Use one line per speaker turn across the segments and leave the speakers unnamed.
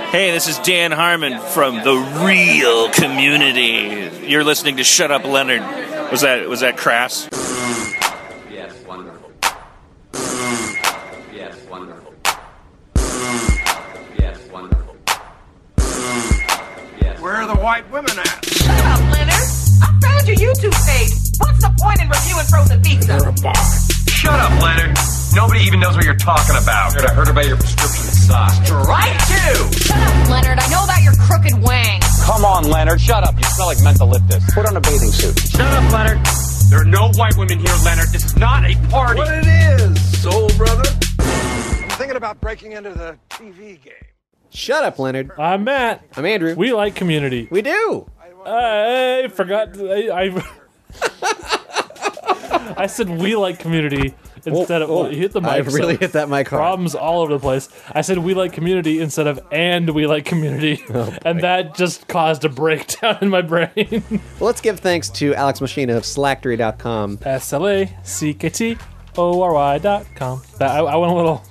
Hey, this is Dan Harmon from the Real Community. You're listening to Shut Up Leonard. Was that was that crass?
Yes, wonderful. Yes, wonderful. Yes, wonderful. Yes.
Where are the white women at?
Shut up, Leonard. I found your YouTube page. What's the point in reviewing frozen pizza?
Shut up, Leonard. Nobody even knows what you're talking about.
I heard about your prescription sauce.
Right to.
Shut up, Leonard. I know about your crooked wang.
Come on, Leonard. Shut up. You smell like mentholyptus. Put on a bathing suit.
Shut up, Leonard.
There are no white women here, Leonard. This is not a party.
What it is, soul brother? I'm thinking about breaking into the TV game.
Shut up, Leonard.
I'm Matt.
I'm Andrew.
We like community. Uh,
we do.
I forgot. to- I. I, I said we like community instead of.
Whoa,
well, you hit the mic.
I really
so
hit that mic hard.
Problems all over the place. I said we like community instead of and we like community,
Oh,
and that just caused a breakdown in my brain.
Well, let's give thanks to Alex Machina of Slacktory.com.
S L A C K T O R Y dot com. That I, I went a little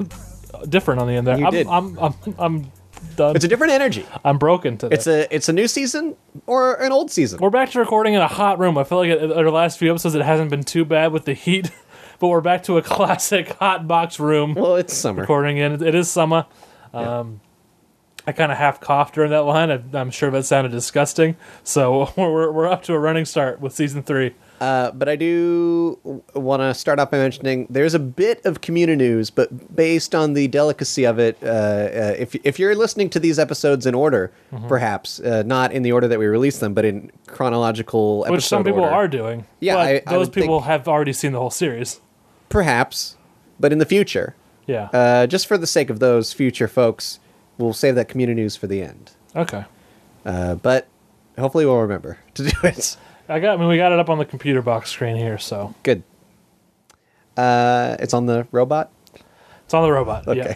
different on the end there.
You
I'm,
did.
I'm, I'm, I'm done.
It's a different energy.
I'm broken today.
It's a it's a new season or an old season.
We're back to recording in a hot room. I feel like in our last few episodes it hasn't been too bad with the heat, but we're back to a classic hot box room
Well, it's summer.
recording in. It is summer. Um, I kind of half coughed during that line. I, I'm sure that sounded disgusting. So we're, we're, we're up to a running start with season three.
Uh, but I do want to start off by mentioning there's a bit of community news, but based on the delicacy of it, uh, uh, if if you're listening to these episodes in order,
Mm-hmm.
perhaps uh, not in the order that we release them, but in chronological episode
Which some people
order,
are doing.
Yeah,
but
I- I
those
would think-
people have already seen the whole series.
perhaps, but in the future,
Yeah.
uh, just for the sake of those future folks, we'll save that community news for the end.
okay.
Uh, but hopefully, we'll remember to do it.
I got. I mean, we got it up on the computer box screen here, so
Good. Uh, it's on the robot.
it's on the robot.
Okay.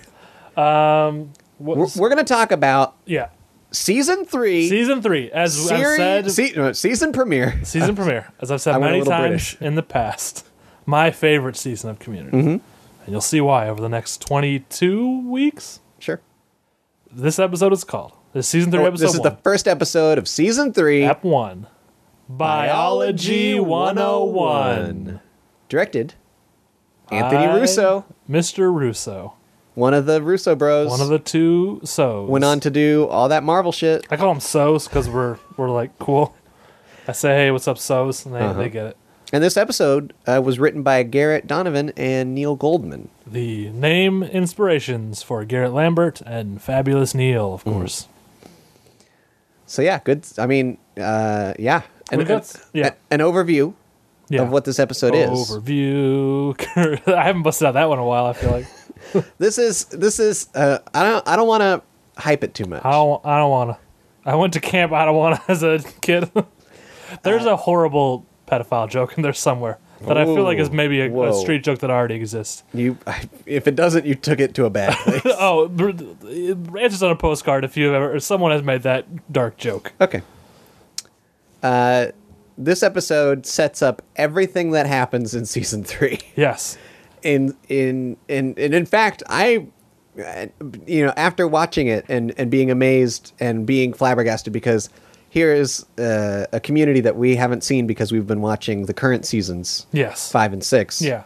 Yeah. What-
We're, we're going to talk about
yeah.
season three.
Season three, as I've
Seri-
said,
se- no, season premiere.
season premiere, as I've said
I went a
many
little
times
British. Mm-hmm.
in the past, my favorite season of Community, and you'll see why over the next twenty-two weeks.
Sure.
This episode is called. This season three,
Oh,
episode
this is
one,
the first episode of season three.
ep one, biology one hundred and one,
Directed Anthony
By-
Russo,
Mister Russo,
one of the Russo bros.
one of the two so
went on to do all that Marvel shit.
I call them so's because we're we're like cool. I say, hey, what's up, so's, and they,
Uh-huh.
they get it.
And this episode uh, was written by Garrett Donovan and Neil Goldman.
The name inspirations for Garrett Lambert and Fabulous Neil,
Mm-hmm.
of course.
So yeah, good. I mean, uh, yeah,
We got- yeah.
an overview
Yeah. Oh,
of what this episode is.
Overview. I haven't busted out that one in a while. I feel like
This is this is. Uh, I don't I don't want to hype it too much.
I don't. I don't wanna. I went to camp. I don't wanna as a kid. There's a horrible pedophile joke in there somewhere that I feel like is
Ooh,
maybe a,
whoa.
a street joke that already exists.
You, if it doesn't, you took it to a bad place.
Oh, br- it's just on a postcard. If you ever, or someone has made that dark joke.
okay. Uh, this episode sets up everything that happens in season three.
Yes.
In in in and in fact, I, you know, after watching it and and being amazed and being flabbergasted because here is uh, a community that we haven't seen because we've been watching the current seasons.
Yes.
Five and six.
Yeah.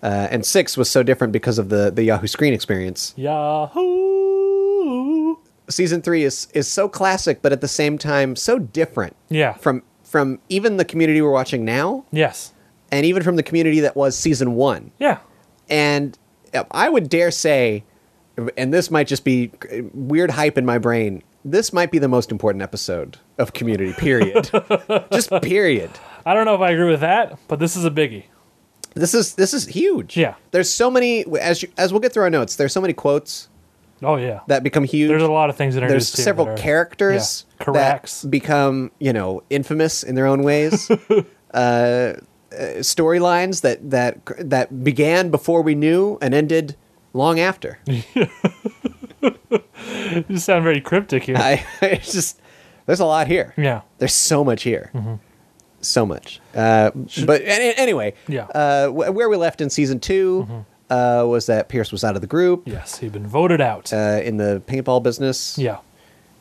Uh, and six was so different because of the the Yahoo Screen experience.
Yahoo!
season three is is so classic, but at the same time so different.
Yeah.
From from even the community we're watching now,
Yes.
and even from the community that was season one.
Yeah.
And uh, I would dare say, and this might just be uh, weird hype in my brain. This might be the most important episode of Community. Period. just period.
I don't know if I agree with that, but this is a biggie.
This is this is huge.
Yeah.
There's so many as you, as we'll get through our notes. There's so many quotes
Oh yeah.
that become huge.
There's a lot of things that are
there's
introduced here
several
that are-
characters
yeah, corrects.
that become you know infamous in their own ways uh, uh, storylines that that that began before we knew and ended long after
you sound very cryptic here.
I, it's just there's a lot here
yeah. Mm-hmm.
there's so much here so much uh, but any, anyway
Yeah. Mm-hmm.
uh, wh- where we left in season 2 uh, was that pierce was out of the group
Yes, he'd been voted out.
uh, in the paintball business
yeah.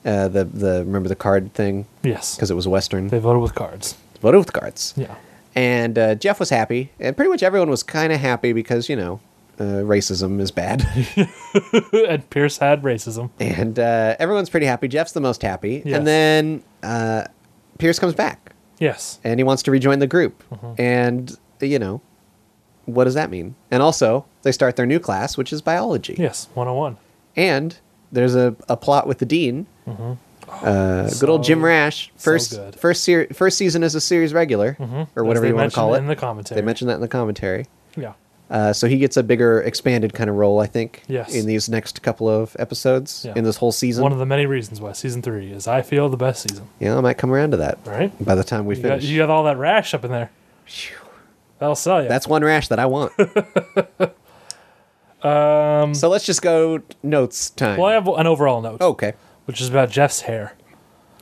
Uh, the the remember the card thing
Yes.
because it was Western.
They voted with cards.
Voted with cards.
Yeah.
And uh, Jeff was happy, and pretty much everyone was kind of happy because you know uh, racism is bad.
and Pierce had racism.
and uh, everyone's pretty happy. Jeff's the most happy,
Yes.
and then uh, Pierce comes back
Yes.
and he wants to rejoin the group.
Mm-hmm.
And you know, what does that mean? And also, they start their new class, which is biology.
Yes. 101.
And there's a, a plot with the dean.
Mm-hmm.
Uh, good old Jim Rash.
Oh, so
First
good.
first ser- first season as a series regular, or
Mm-hmm. As
whatever
they
you want to
mentioned
call it.
in the commentary.
They mentioned that in the commentary.
Yeah.
Uh, so he gets a bigger, expanded kind of role, I think,
Yes.
in these next couple of episodes,
Yeah.
in this whole season.
One of the many reasons why season three is, I feel, the best season.
Yeah, I might come around to that.
Right?
By the time we
You got,
finish,
you got all that rash up in there. That'll sell you.
that's one rash that I want. um. So let's just go notes time.
well, I have an overall note,
okay.
which is about Jeff's hair.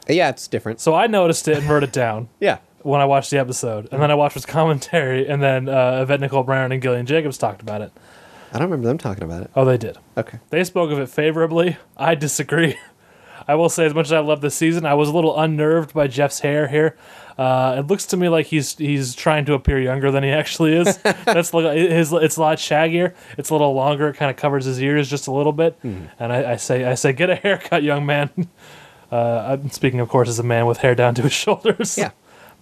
Yeah, it's different.
So I noticed it and wrote it down
Yeah.
when I watched the episode, and then I watched his commentary, and then uh, Yvette Nicole Brown and Gillian Jacobs talked about it.
I don't remember them talking about it.
Oh, they did.
Okay.
They spoke of it favorably. I disagree. I will say, as much as I love this season, I was a little unnerved by Jeff's hair here. Uh, it looks to me like he's he's trying to appear younger than he actually is. That's like his. It's a lot shaggier. It's a little longer. It kind of covers his ears just a little bit.
Hmm.
And I, I say, I say, get a haircut, young man. Uh, I'm speaking, of course, as a man with hair down to his shoulders.
Yeah.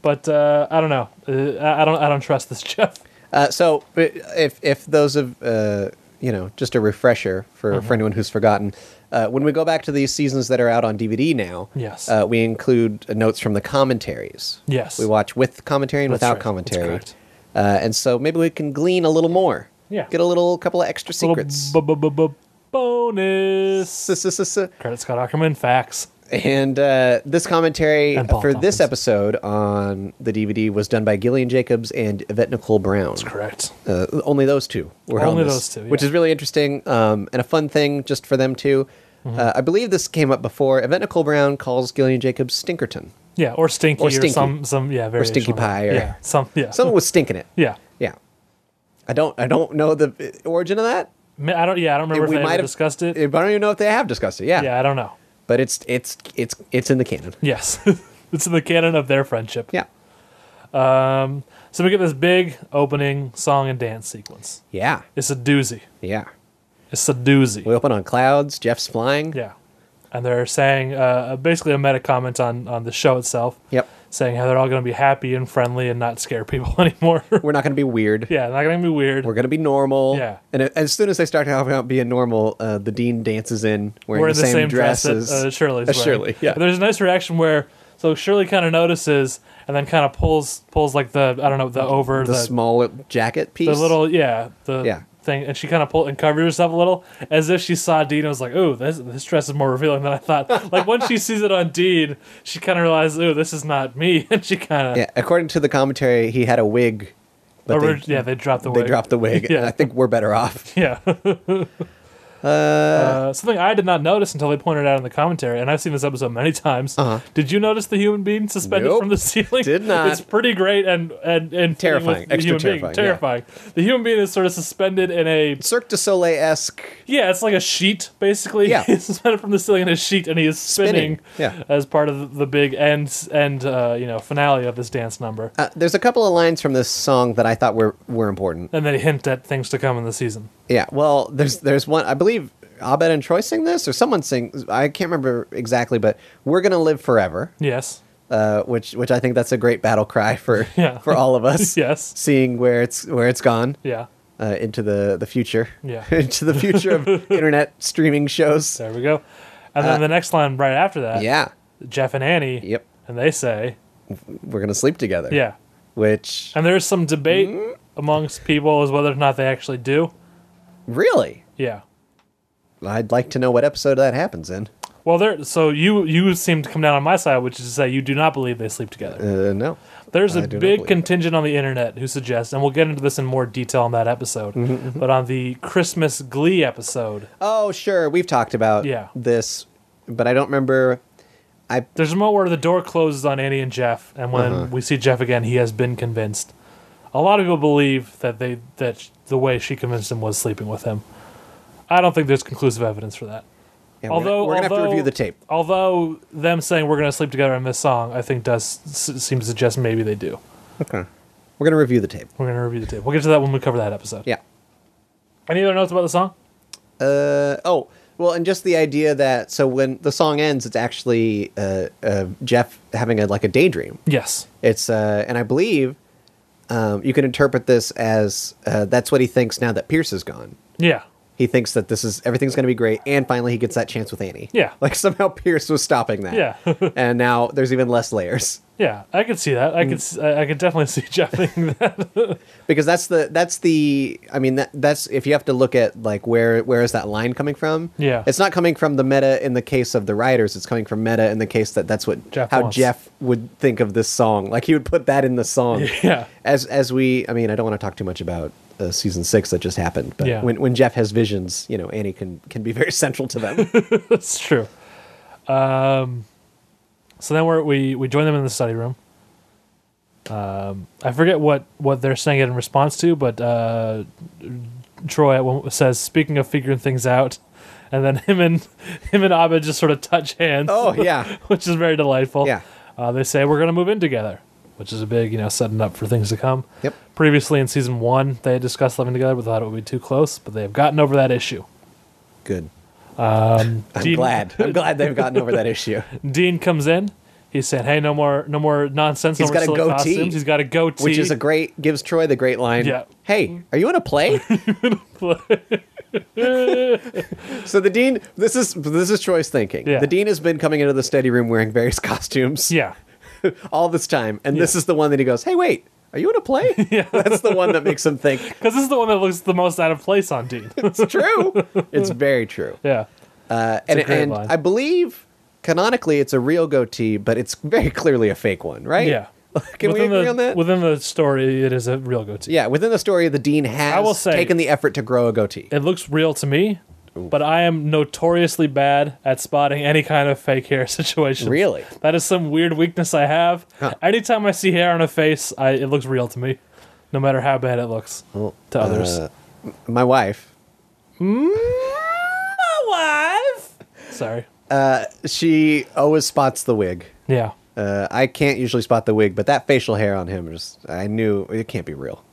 But uh, I don't know. Uh, I I don't. I don't trust this Jeff.
Uh, so but if if those of uh, you know just a refresher for,
Mm-hmm.
for anyone who's forgotten, uh, when we go back to these seasons that are out on DVD now,
Yes.
uh, we include uh, notes from the commentaries.
Yes.
we watch with commentary and
That's
without
right. That's
commentary,
correct.
uh, and so maybe we can glean a little more.
Yeah.
get a little couple of extra secrets.
Little bu- bu- bu- bu- bonus.
S-s-s-s-
Credit Scott Ackerman. Facts.
And uh, this commentary
And Paul
for this
Tompkins.
episode on the DVD was done by Gillian Jacobs and Yvette Nicole Brown.
Correct.
uh, only those two were on
Only
this,
those two,
which
yeah.
is really interesting um, and a fun thing just for them too.
Mm-hmm.
Uh, I believe this came up before. Yvette Nicole Brown calls Gillian Jacobs Stinkerton.
Yeah, or stinky,
Or
or,
stinky.
some some yeah, very
stinky pie, or-
yeah, some yeah,
Someone was stinking it.
yeah.
Yeah, I don't. I don't know the uh, origin of that.
Ma- I don't yeah, I don't remember
we
if they
might
ever
have
discussed it.
I don't even know if they have discussed it. Yeah,
Yeah, I don't know.
but it's it's it's it's in the canon.
Yes, it's in the canon of their friendship.
Yeah,
So we get this big opening song and dance sequence.
yeah,
It's a doozy.
yeah.
It's a doozy.
We open on clouds. Jeff's flying.
yeah, and they're saying uh, basically a meta comment on on the show itself.
Yep.
Saying how they're all going to be happy and friendly and not scare people anymore.
We're not going to be weird.
yeah, not going to be weird.
We're gonna be normal.
Yeah.
And a- as soon as they start talking about being normal, uh, the dean dances in wearing
wearing
the, same, dress as
that uh, Shirley's
as
wearing.
Shirley. Yeah.
But there's a nice reaction where so Shirley kind of notices and then kind of pulls pulls like the I don't know the over
the,
the
small jacket piece.
the little yeah the
Yeah.
thing and she kind of pulled and covered herself a little as if she saw Dean and was like oh this this dress is more revealing than I thought like once she sees it on Dean she kind of realizes oh this is not me and she kind of
Yeah. According to the commentary, he had a wig, but they,
yeah they dropped the
they
wig.
dropped the wig.
Yeah.
And I think we're better off.
Yeah. uh,
Uh,
something I did not notice until they pointed out in the commentary, and I've seen this episode many times. Did you notice the human being suspended
Uh-huh. Nope.
from the ceiling?
Did not.
It's pretty great and and and fitting
Terrifying.
with the
Extra
human being.
terrifying, yeah.
Terrifying. The human being is sort of suspended in a
Cirque du Soleil esque.
yeah, it's like a sheet basically.
Yeah.
He's suspended from the ceiling in a sheet, and he is spinning,
Spinning, yeah.
as part of the big end end uh, you know finale of this dance number.
Uh, there's a couple of lines from this song that I thought were were important.
and then he hint at things to come in the season.
Yeah. Well, there's there's one I believe Abed and Troy sing this or someone sings. I can't remember exactly, but we're gonna live forever.
Yes.
uh, which which I think that's a great battle cry for
Yeah.
for all of us.
Yes.
seeing where it's where it's gone
Yeah.
uh, into the the future.
Yeah.
into the future of internet streaming shows.
There we go. And then the next line right after that.
Uh. Yeah,
Jeff and Annie.
Yep.
And they say,
we're gonna sleep together.
yeah.
which
And there's some debate
Mm.
amongst people as whether or not they actually do.
really,
Yeah.
I'd like to know what episode that happens in.
Well, there. So you you seem to come down on my side, which is to say you do not believe they sleep together.
Uh, no,
There's
I
a
do not
big
believe
contingent on the internet who suggests, and we'll get into this in more detail in that episode.
Mm-hmm,
But on the Christmas Glee episode,
oh sure, we've talked about
Yeah.
this, but I don't remember.
There's a moment where the door closes on Annie and Jeff, and when
Uh-huh.
we see Jeff again, he has been convinced. A lot of people believe that they that the way she convinced him was sleeping with him. I don't think there's conclusive evidence for that.
Yeah, we're
although
gonna- we're gonna have to
although-
review the tape.
Although them saying we're gonna sleep together on this song, I think does s- seem to suggest maybe they do.
Okay. We're gonna review the tape.
We're gonna review the tape. We'll get to that when we cover that episode.
Yeah.
Any other notes about the song?
Uh, oh, well, and just the idea that so when the song ends, it's actually uh, uh, Jeff having a like a daydream.
Yes.
It's uh, and I believe um, you can interpret this as uh, that's what he thinks now that Pierce is gone.
Yeah.
He thinks that this is everything's going to be great, and finally he gets that chance with Annie.
Yeah.
like somehow Pierce was stopping that.
Yeah.
and now there's even less layers
Yeah, I could see that. I could.
Mm.
s- I I could definitely see Jeff thinking that.
because that's the that's the I mean that that's if you have to look at like where where is that line coming from?
Yeah.
it's not coming from the meta in the case of the writers. It's coming from meta in the case that that's what
Jeff
how
wants.
Jeff would think of this song. Like he would put that in the song.
Yeah.
as as we I mean I don't want to talk too much about uh, season six that just happened, but
Yeah.
when when Jeff has visions, you know Annie can can be very central to them.
That's true. Um, so then we're, we we join them in the study room. Um, I forget what what they're saying it in response to, but uh, Troy at one- says, "Speaking of figuring things out," and then him and him and Abed just sort of touch hands.
oh yeah,
which is very delightful.
Yeah.
Uh, they say we're going to move in together, which is a big, you know, setting up for things to come.
Yep.
Previously in season one, they had discussed living together, but thought it would be too close. But they have gotten over that issue.
good. I'm
Um, Do you-
glad. I'm glad they've gotten over that issue.
Dean comes in. He said, "Hey, no more, no more nonsense.
He's
no more
got a
silly
goatee,
costumes. He's got a goatee,
Which is a great gives Troy the great line.
Yeah.
Hey, are you in a play? so the dean, this is this is Troy's thinking.
Yeah.
The dean has been coming into the study room wearing various costumes.
yeah,
all this time, and this is the one that he goes, "Hey, wait, are you in a play?" yeah. That's the one that makes him think
because this is the one that looks the most out of place on Dean.
it's true. it's very true.
yeah,
Uh, and
great
and
line.
I believe canonically it's a real goatee, but it's very clearly a fake one, right?
yeah.
Can we agree
the,
on that?
Within the story, it is a real goatee.
yeah, within the story, the dean has
I will say-
taken the effort to grow a goatee.
It looks real to me, but I am notoriously bad at spotting any kind of fake hair situation.
Really?
That is some weird weakness I have. Anytime I see hair on a face, I, it looks real to me, no matter how bad it looks to others.
Uh, my wife,
Sorry.
she always spots the wig.
Yeah.
Uh, I can't usually spot the wig, but that facial hair on him is, I knew it can't be real.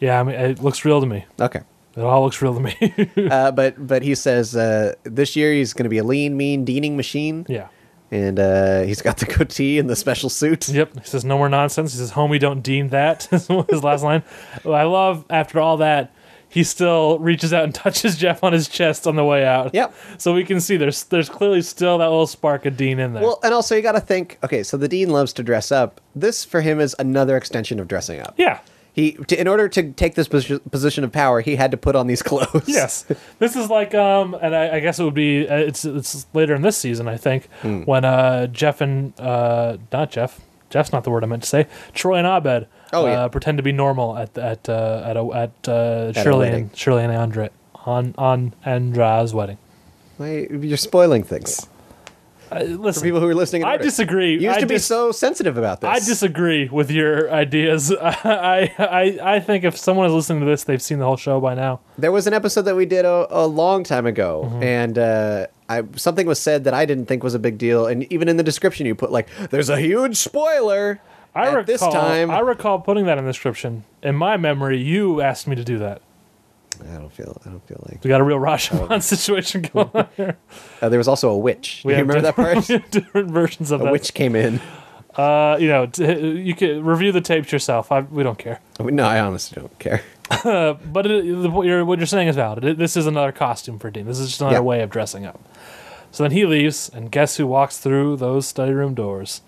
Yeah, I mean, it looks real to me.
Okay.
It all looks real to me.
Uh, but but he says uh, this year he's going to be a lean, mean, deaning machine.
yeah.
And uh, he's got the goatee and the special suit.
Yep. He says, no more nonsense. He says, homie, don't deem that. is his last line. Well, I love, after all that, he still reaches out and touches Jeff on his chest on the way out.
Yep.
So we can see there's there's clearly still that little spark of Dean in there.
Well, and also you got to think. Okay, so the dean loves to dress up. This for him is another extension of dressing up.
yeah.
He to, in order to take this posi- position of power, he had to put on these clothes.
Yes. this is like, um, and I, I guess it would be, uh, it's, it's later in this season, I think,
Hmm.
when uh, Jeff and, uh, not Jeff, Jeff's not the word I meant to say, Troy and Abed
Oh,
uh,
yeah.
pretend to be normal at, at, uh, at, a, at, uh, Shirley,
wedding.
and, Shirley and Andre, on, on Andra's wedding.
Why- you're spoiling things
Uh, listen,
for people who are listening. in
I
order.
disagree.
You used
I
to be
dis-
so sensitive about this.
I disagree with your ideas. I, I I think if someone is listening to this, they've seen the whole show by now.
There was an episode that we did a, a long time ago,
Mm-hmm.
and uh, I, something was said that I didn't think was a big deal. And even in the description, you put like, "There's a huge spoiler." at
I recall.
this time.
I recall putting that in the description. In my memory, you asked me to do that.
I don't feel. I don't feel like.
We got a real
Oh.
Rashomon situation going on here.
Uh, there was also a witch. Do
We
you
have
remember that part?
different- different versions of
a
that.
witch came in.
Uh, you know, t- you can review the tapes yourself. I, we don't care.
No, I honestly don't care.
But it, the, what, you're, what you're saying is valid. It, this is another costume for Dean. This is just another
Yeah.
way of dressing up. So then he leaves, and guess who walks through those study room doors?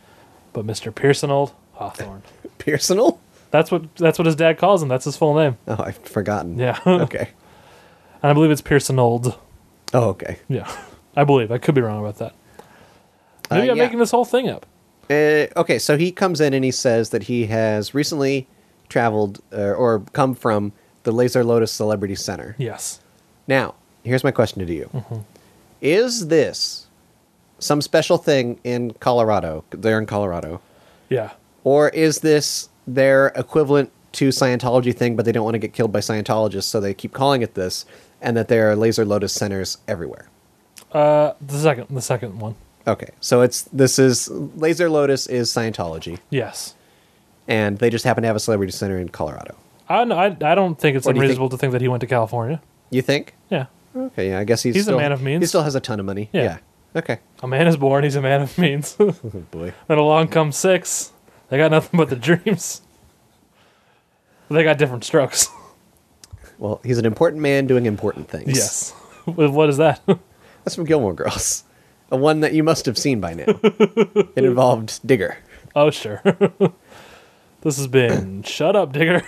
But Mr. Pearson Old Hawthorne.
Personal?
That's what that's what his dad calls him. That's his full name.
Oh, I've forgotten.
Yeah.
okay.
And I believe it's Pearson Old.
Oh, okay.
Yeah. I believe. I could be wrong about that. Maybe
Uh,
I'm
yeah.
making this whole thing up.
Uh, okay, so he comes in and he says that he has recently traveled uh, or come from the Laser Lotus Celebrity Center.
Yes.
Now, here's my question to you:
Mm-hmm.
Is this some special thing in Colorado? They're in Colorado,
Yeah.
or is this their equivalent to Scientology thing? But they don't want to get killed by Scientologists, so they keep calling it this, and that there are laser lotus centers everywhere.
Uh, the second, the second one.
Okay, so it's this is Laser Lotus is Scientology,
Yes.
and they just happen to have a celebrity center in Colorado.
I no, I, I don't think it's
What do you think?
unreasonable to think that he went to California.
You think?
Yeah.
Okay, yeah, I guess he's
He's a
still,
man of means.
He still has a ton of money.
Yeah.
Yeah. Okay.
A man is born. He's a man of means.
Oh boy.
then along comes six. They got nothing but the dreams. They got different strokes.
Well, he's an important man doing important things.
yes. Wh- what is that?
That's from Gilmore Girls, a one that you must have seen by now. it involved Digger.
oh sure. this has been shut up, Digger.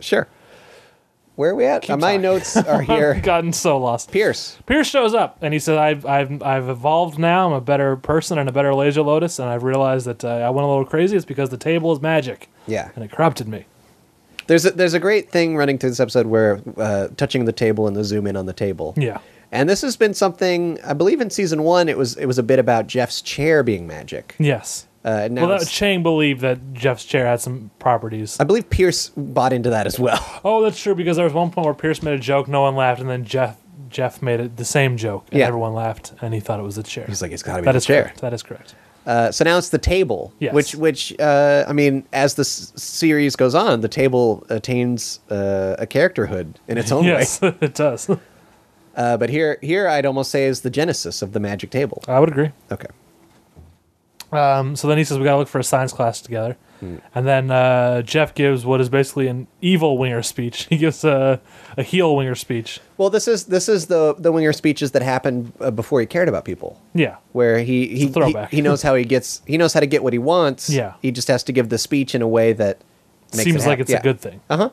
sure. Where are we at? Uh, My notes are here.
Gotten so lost.
Pierce.
Pierce shows up and he says, "I've I've I've evolved now. I'm a better person and a better Laser Lotus, and I've realized that uh, I went a little crazy. It's because the table is magic,
Yeah.
and it corrupted me."
There's a, there's a great thing running through this episode where uh, touching the table and the zoom in on the table.
Yeah.
And this has been something I believe in season one. It was it was a bit about Jeff's chair being magic.
Yes.
Uh, and now
well, that,
it's- Uh,
Chang believed that Jeff's chair had some properties.
I believe Pierce bought into that as well.
oh, that's true because there was one point where Pierce made a joke, no one laughed, and then Jeff Jeff made it the same joke, and
Yeah.
everyone laughed, and he thought it was the chair.
He's like, it's got to be
that
the
is
chair.
correct. That is correct.
Uh, so now it's the table,
Yes.
which which uh, I mean, as this series goes on, the table attains uh, a characterhood in its own
Yes,
way.
it does.
Uh, but here here I'd almost say is the genesis of the magic table.
I would agree.
Okay,
Um, so then he says we gotta look for a science class together, and then uh, Jeff gives what is basically an evil winger speech. He gives a a heel winger speech.
well this is this is the the winger speeches that happened uh, before he cared about people,
Yeah,
where he he, he
throwback.
he knows how he gets he knows how to get what he wants.
Yeah.
he just has to give the speech in a way that makes it
seems like
hap-
it's
yeah.
a good thing.
Uh huh.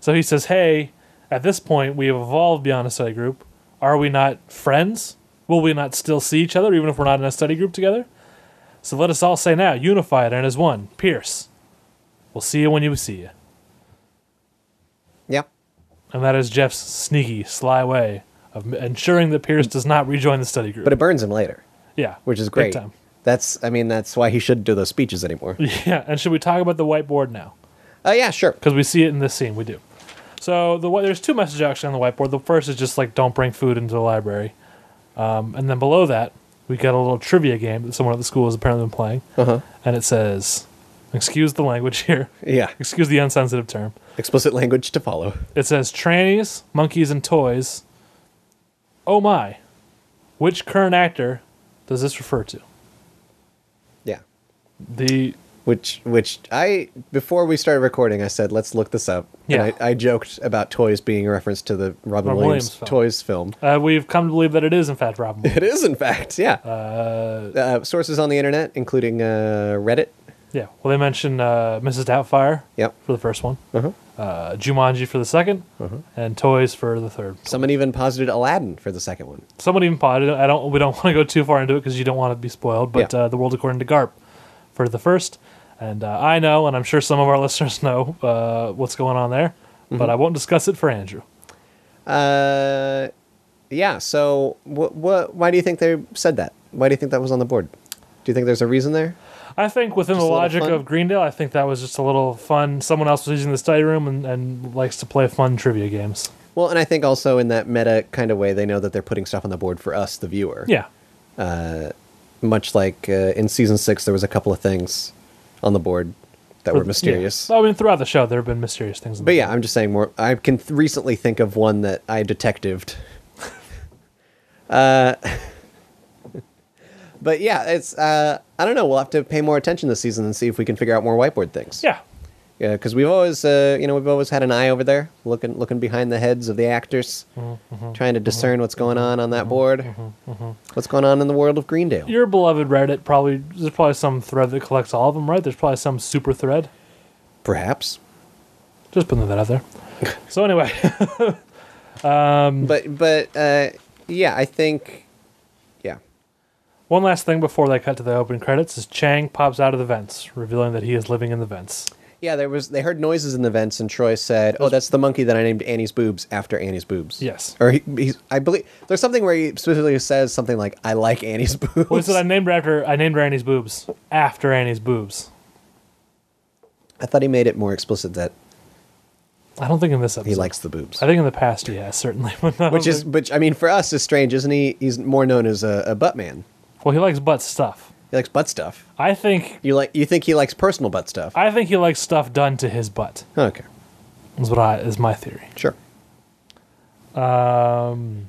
So he says, "Hey, at this point we have evolved beyond a study group. Are we not friends? Will we not still see each other even if we're not in a study group together? So let us all say now, unified and as one, Pierce. We'll see you when you see you."
Yeah.
And that is Jeff's sneaky, sly way of m- ensuring that Pierce does not rejoin the study group.
But it burns him later,
yeah,
which is
big
great.
time.
That's I mean that's why he shouldn't do those speeches anymore.
Yeah, and should we talk about the whiteboard now?
Oh yeah, sure.
Because we see it in this scene. We do. So the whi- there's two messages actually on the whiteboard. The first is just like don't bring food into the library, um, and then below that we got a little trivia game that someone at the school has apparently been playing, uh-huh. and it says, "Excuse the language here.
Yeah.
Excuse the unsensitive term."
Explicit language to follow.
It says trannies, monkeys, and toys. Oh my, which current actor does this refer to?
Yeah.
The
Which which I before we started recording I said let's look this up.
Yeah.
And I, I joked about toys being a reference to the Robin
Robin
Williams,
Williams film.
toys film.
uh, we've come to believe that it is in fact Robin. Williams.
It is in fact, yeah. Uh, sources on the internet, including uh, Reddit.
Yeah. Well, they mentioned uh, Mrs. Doubtfire
Yep.
for the first one,
Uh-huh.
uh, Jumanji for the 2nd and Toys for the third.
Someone even posited Aladdin for the second one.
Someone even potted. it. I don't. We don't want to go too far into it because you don't want to be spoiled. But
Yeah.
uh, the world according to Garp for the first, and uh, I know, and I'm sure some of our listeners know uh, what's going on there,
Mm-hmm.
but I won't discuss it for Andrew.
Uh, yeah. So what? Wh- why do you think they said that? Why do you think that was on the board? Do you think there's a reason there?
I think within
Just
the
a little
logic
fun?
of Greendale, I think that was just a little fun. Someone else was using the study room and, and likes to play fun trivia games.
Well, and I think also in that meta kind of way, they know that they're putting stuff on the board for us, the viewer.
Yeah.
Much like uh, in season six, there was a couple of things on the board that were
Yeah.
mysterious.
I mean, throughout the show, there have been mysterious things. in
But
the
yeah, I'm just saying more. I can th- recently think of one that I detectived. uh, but yeah, it's uh, I don't know. We'll have to pay more attention this season and see if we can figure out more whiteboard things.
Yeah.
Yeah, because we've always, uh, you know, we've always had an eye over there, looking, looking behind the heads of the actors,
Mm-hmm.
trying to discern what's going on on that board, what's going on in the world of Greendale.
Your beloved Reddit probably there's probably some thread that collects all of them, right? There's probably some super thread.
Perhaps,
Just putting that out there. so anyway,
but but uh, yeah, I think, yeah,
one last thing before they cut to the open credits is Chang pops out of the vents, revealing that he is living in the vents.
yeah. There was they heard noises in the vents, and Troy said, "Oh, that's the monkey that I named Annie's boobs after Annie's boobs."
Yes.
or he, he's, I believe there's something where he specifically says something like, "I like Annie's boobs."
Well, he said I named her after I named her Annie's boobs after Annie's boobs.
I thought he made it more explicit that
I don't think in this episode.
He likes the boobs.
I think in the past he has certainly, but not
Which is, which I mean, for us is strange, isn't he? He's more known as a, a butt man.
well, he likes butt stuff.
He likes butt stuff.
I think
You like? You think he likes personal butt stuff?
I think he likes stuff done to his butt.
okay,
Is what I is my theory.
sure.
Um,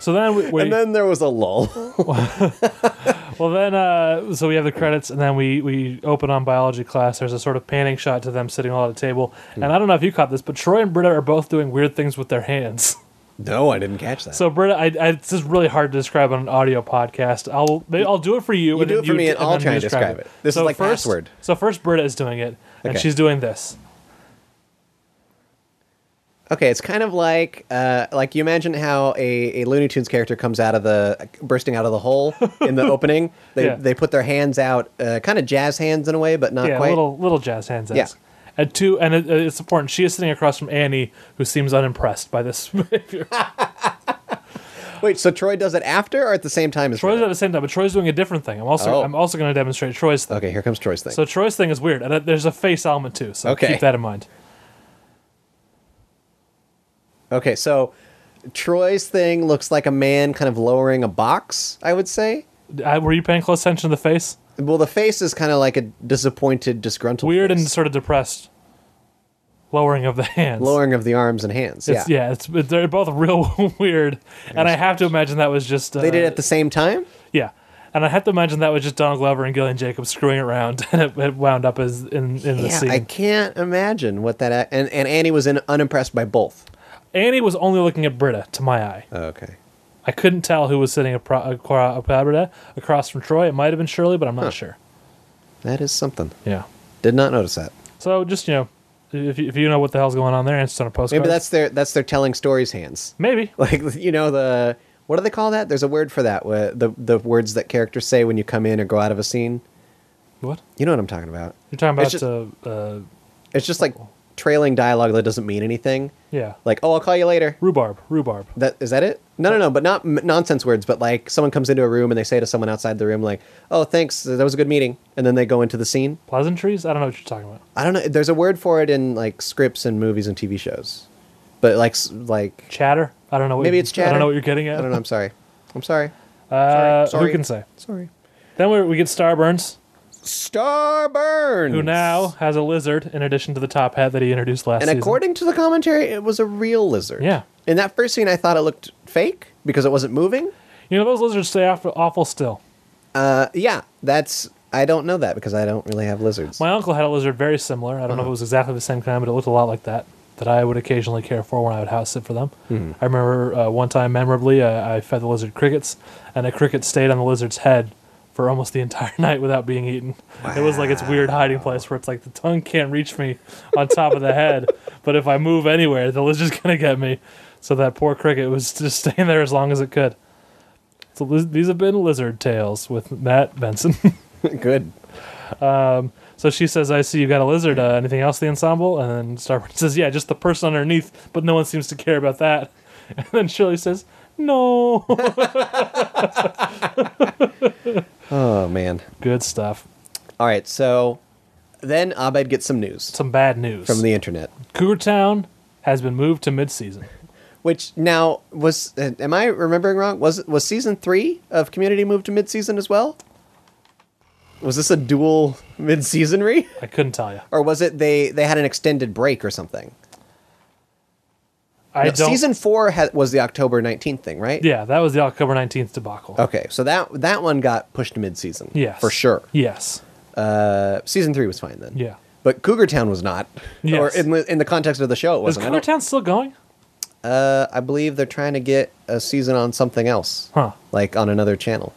So then we, we
And then there was a lull.
well then uh, so we have the credits and then we we open on biology class. There's a sort of panning shot to them sitting all at a table.
Hmm.
And I don't know if you caught this, but Troy and Britta are both doing weird things with their hands.
no, I didn't catch that.
So Britta, I, I, it's just really hard to describe on an audio podcast. I'll maybe I'll do it for you.
You do
then
it for me, and I'll
then
try
you
and describe it. This is like
first,
password.
So first, Britta is doing it, and
Okay.
she's doing this.
Okay, it's kind of like uh, like you imagine how a, a Looney Tunes character comes out of the bursting out of the hole in the opening. They
Yeah.
they put their hands out, uh, kind of jazz hands in a way, but not
yeah,
quite.
little little jazz hands. Yeah. And two, and it, uh, it's important. She is sitting across from Annie, who seems unimpressed by this behavior.
Wait, so Troy does it after or at the same time as
Troy's
Fred?
at the same time, but Troy's doing a different thing. I'm also
Oh.
I'm also going to demonstrate Troy's thing.
Okay, here comes Troy's thing.
So Troy's thing is weird, and uh, there's a face element too. So
Okay.
keep that in mind.
okay, so Troy's thing looks like a man kind of lowering a box. I would say.
Uh, were you paying close attention to the face?
Well, the face is kind of like a disappointed, disgruntled,
Weird
face.
and sort of depressed. Lowering of the hands.
lowering of the arms and hands.
It's,
yeah.
yeah. it's it's they're both real weird, and I have to imagine that was just uh,
They did it at the same time.
yeah, and I have to imagine that was just Donald Glover and Gillian Jacobs screwing around, and it, it wound up as in in the
Yeah,
scene.
I can't imagine what that. act- And and Annie was in, unimpressed by both.
Annie was only looking at Britta to my eye.
Okay.
I couldn't tell who was sitting apro- acro- acro- across from Troy. It might have been Shirley, but I'm not sure.
That is something.
Yeah.
Did not notice that.
So just you know, if you, if you know what the hell's going on there, answer on a postcard.
Maybe that's their that's their telling stories hands.
maybe.
Like you know the what do they call that? There's a word for that. wh- The the words that characters say when you come in or go out of a scene.
What
You know what I'm talking about.
you're talking about?
It's just,
uh, uh,
it's just like trailing dialogue that doesn't mean anything.
yeah,
Like oh, I'll call you later.
rhubarb, rhubarb.
That is that it? No, no, no. But not m- nonsense words. But like someone comes into a room and they say to someone outside the room like, "Oh, thanks. That was a good meeting." And then they go into the scene.
Pleasantries? I don't know what you're talking about.
I don't know. There's a word for it in like scripts and movies and TV shows. But like s- like
Chatter? I don't know. What
Maybe
you-
it's chatter.
I don't know what you're getting at.
I don't know. I'm sorry. I'm sorry.
Uh,
Sorry.
Who can say?
Sorry.
Then we, we get Starburns,
Starburns.
who now has a lizard in addition to the top hat that he introduced last
And
season.
according to the commentary, it was a real lizard.
Yeah.
In that first scene, I thought it looked fake because it wasn't moving.
you know, those lizards stay awful, awful still.
Uh, yeah, that's. I don't know that because I don't really have lizards.
My uncle had a lizard very similar. I don't know if it was exactly the same kind, but it looked a lot like that. That I would occasionally care for when I would house sit for them. I remember uh, one time memorably, uh, I fed the lizard crickets, and a cricket stayed on the lizard's head for almost the entire night without being eaten. It was like its weird hiding place where it's like the tongue can't reach me on top of the head, but if I move anywhere, the lizard's gonna get me. So that poor cricket was just staying there as long as it could. So liz- these have been lizard tales with Matt Benson.
Good.
So she says, "I see you got a lizard. Uh, anything else, the ensemble?" And then Starburns says, "Yeah, just the person underneath, but no one seems to care about that." And then Shirley says, "No."
Oh man.
Good stuff.
All right. So then Abed gets some news
Some bad news.
from the internet.
Cougar Town has been moved to midseason.
Which now was uh, am I remembering wrong? Was was season three of Community moved to mid season as well? Was this a dual mid seasonry,
I couldn't tell you.
or was it they they had an extended break or something?
I
No,
don't.
season four ha- was the October nineteenth thing, right?
yeah, that was the October nineteenth debacle.
Okay, so that that one got pushed to mid season.
Yes,
for sure.
Yes.
Uh, season three was fine then.
Yeah.
But Cougar Town was not,
Yes.
or in the, in the context of the show, it
Is
wasn't. I
Cougar
don't-
Town still going?
Uh, I believe they're trying to get a season on something else,
Huh.
like on another channel.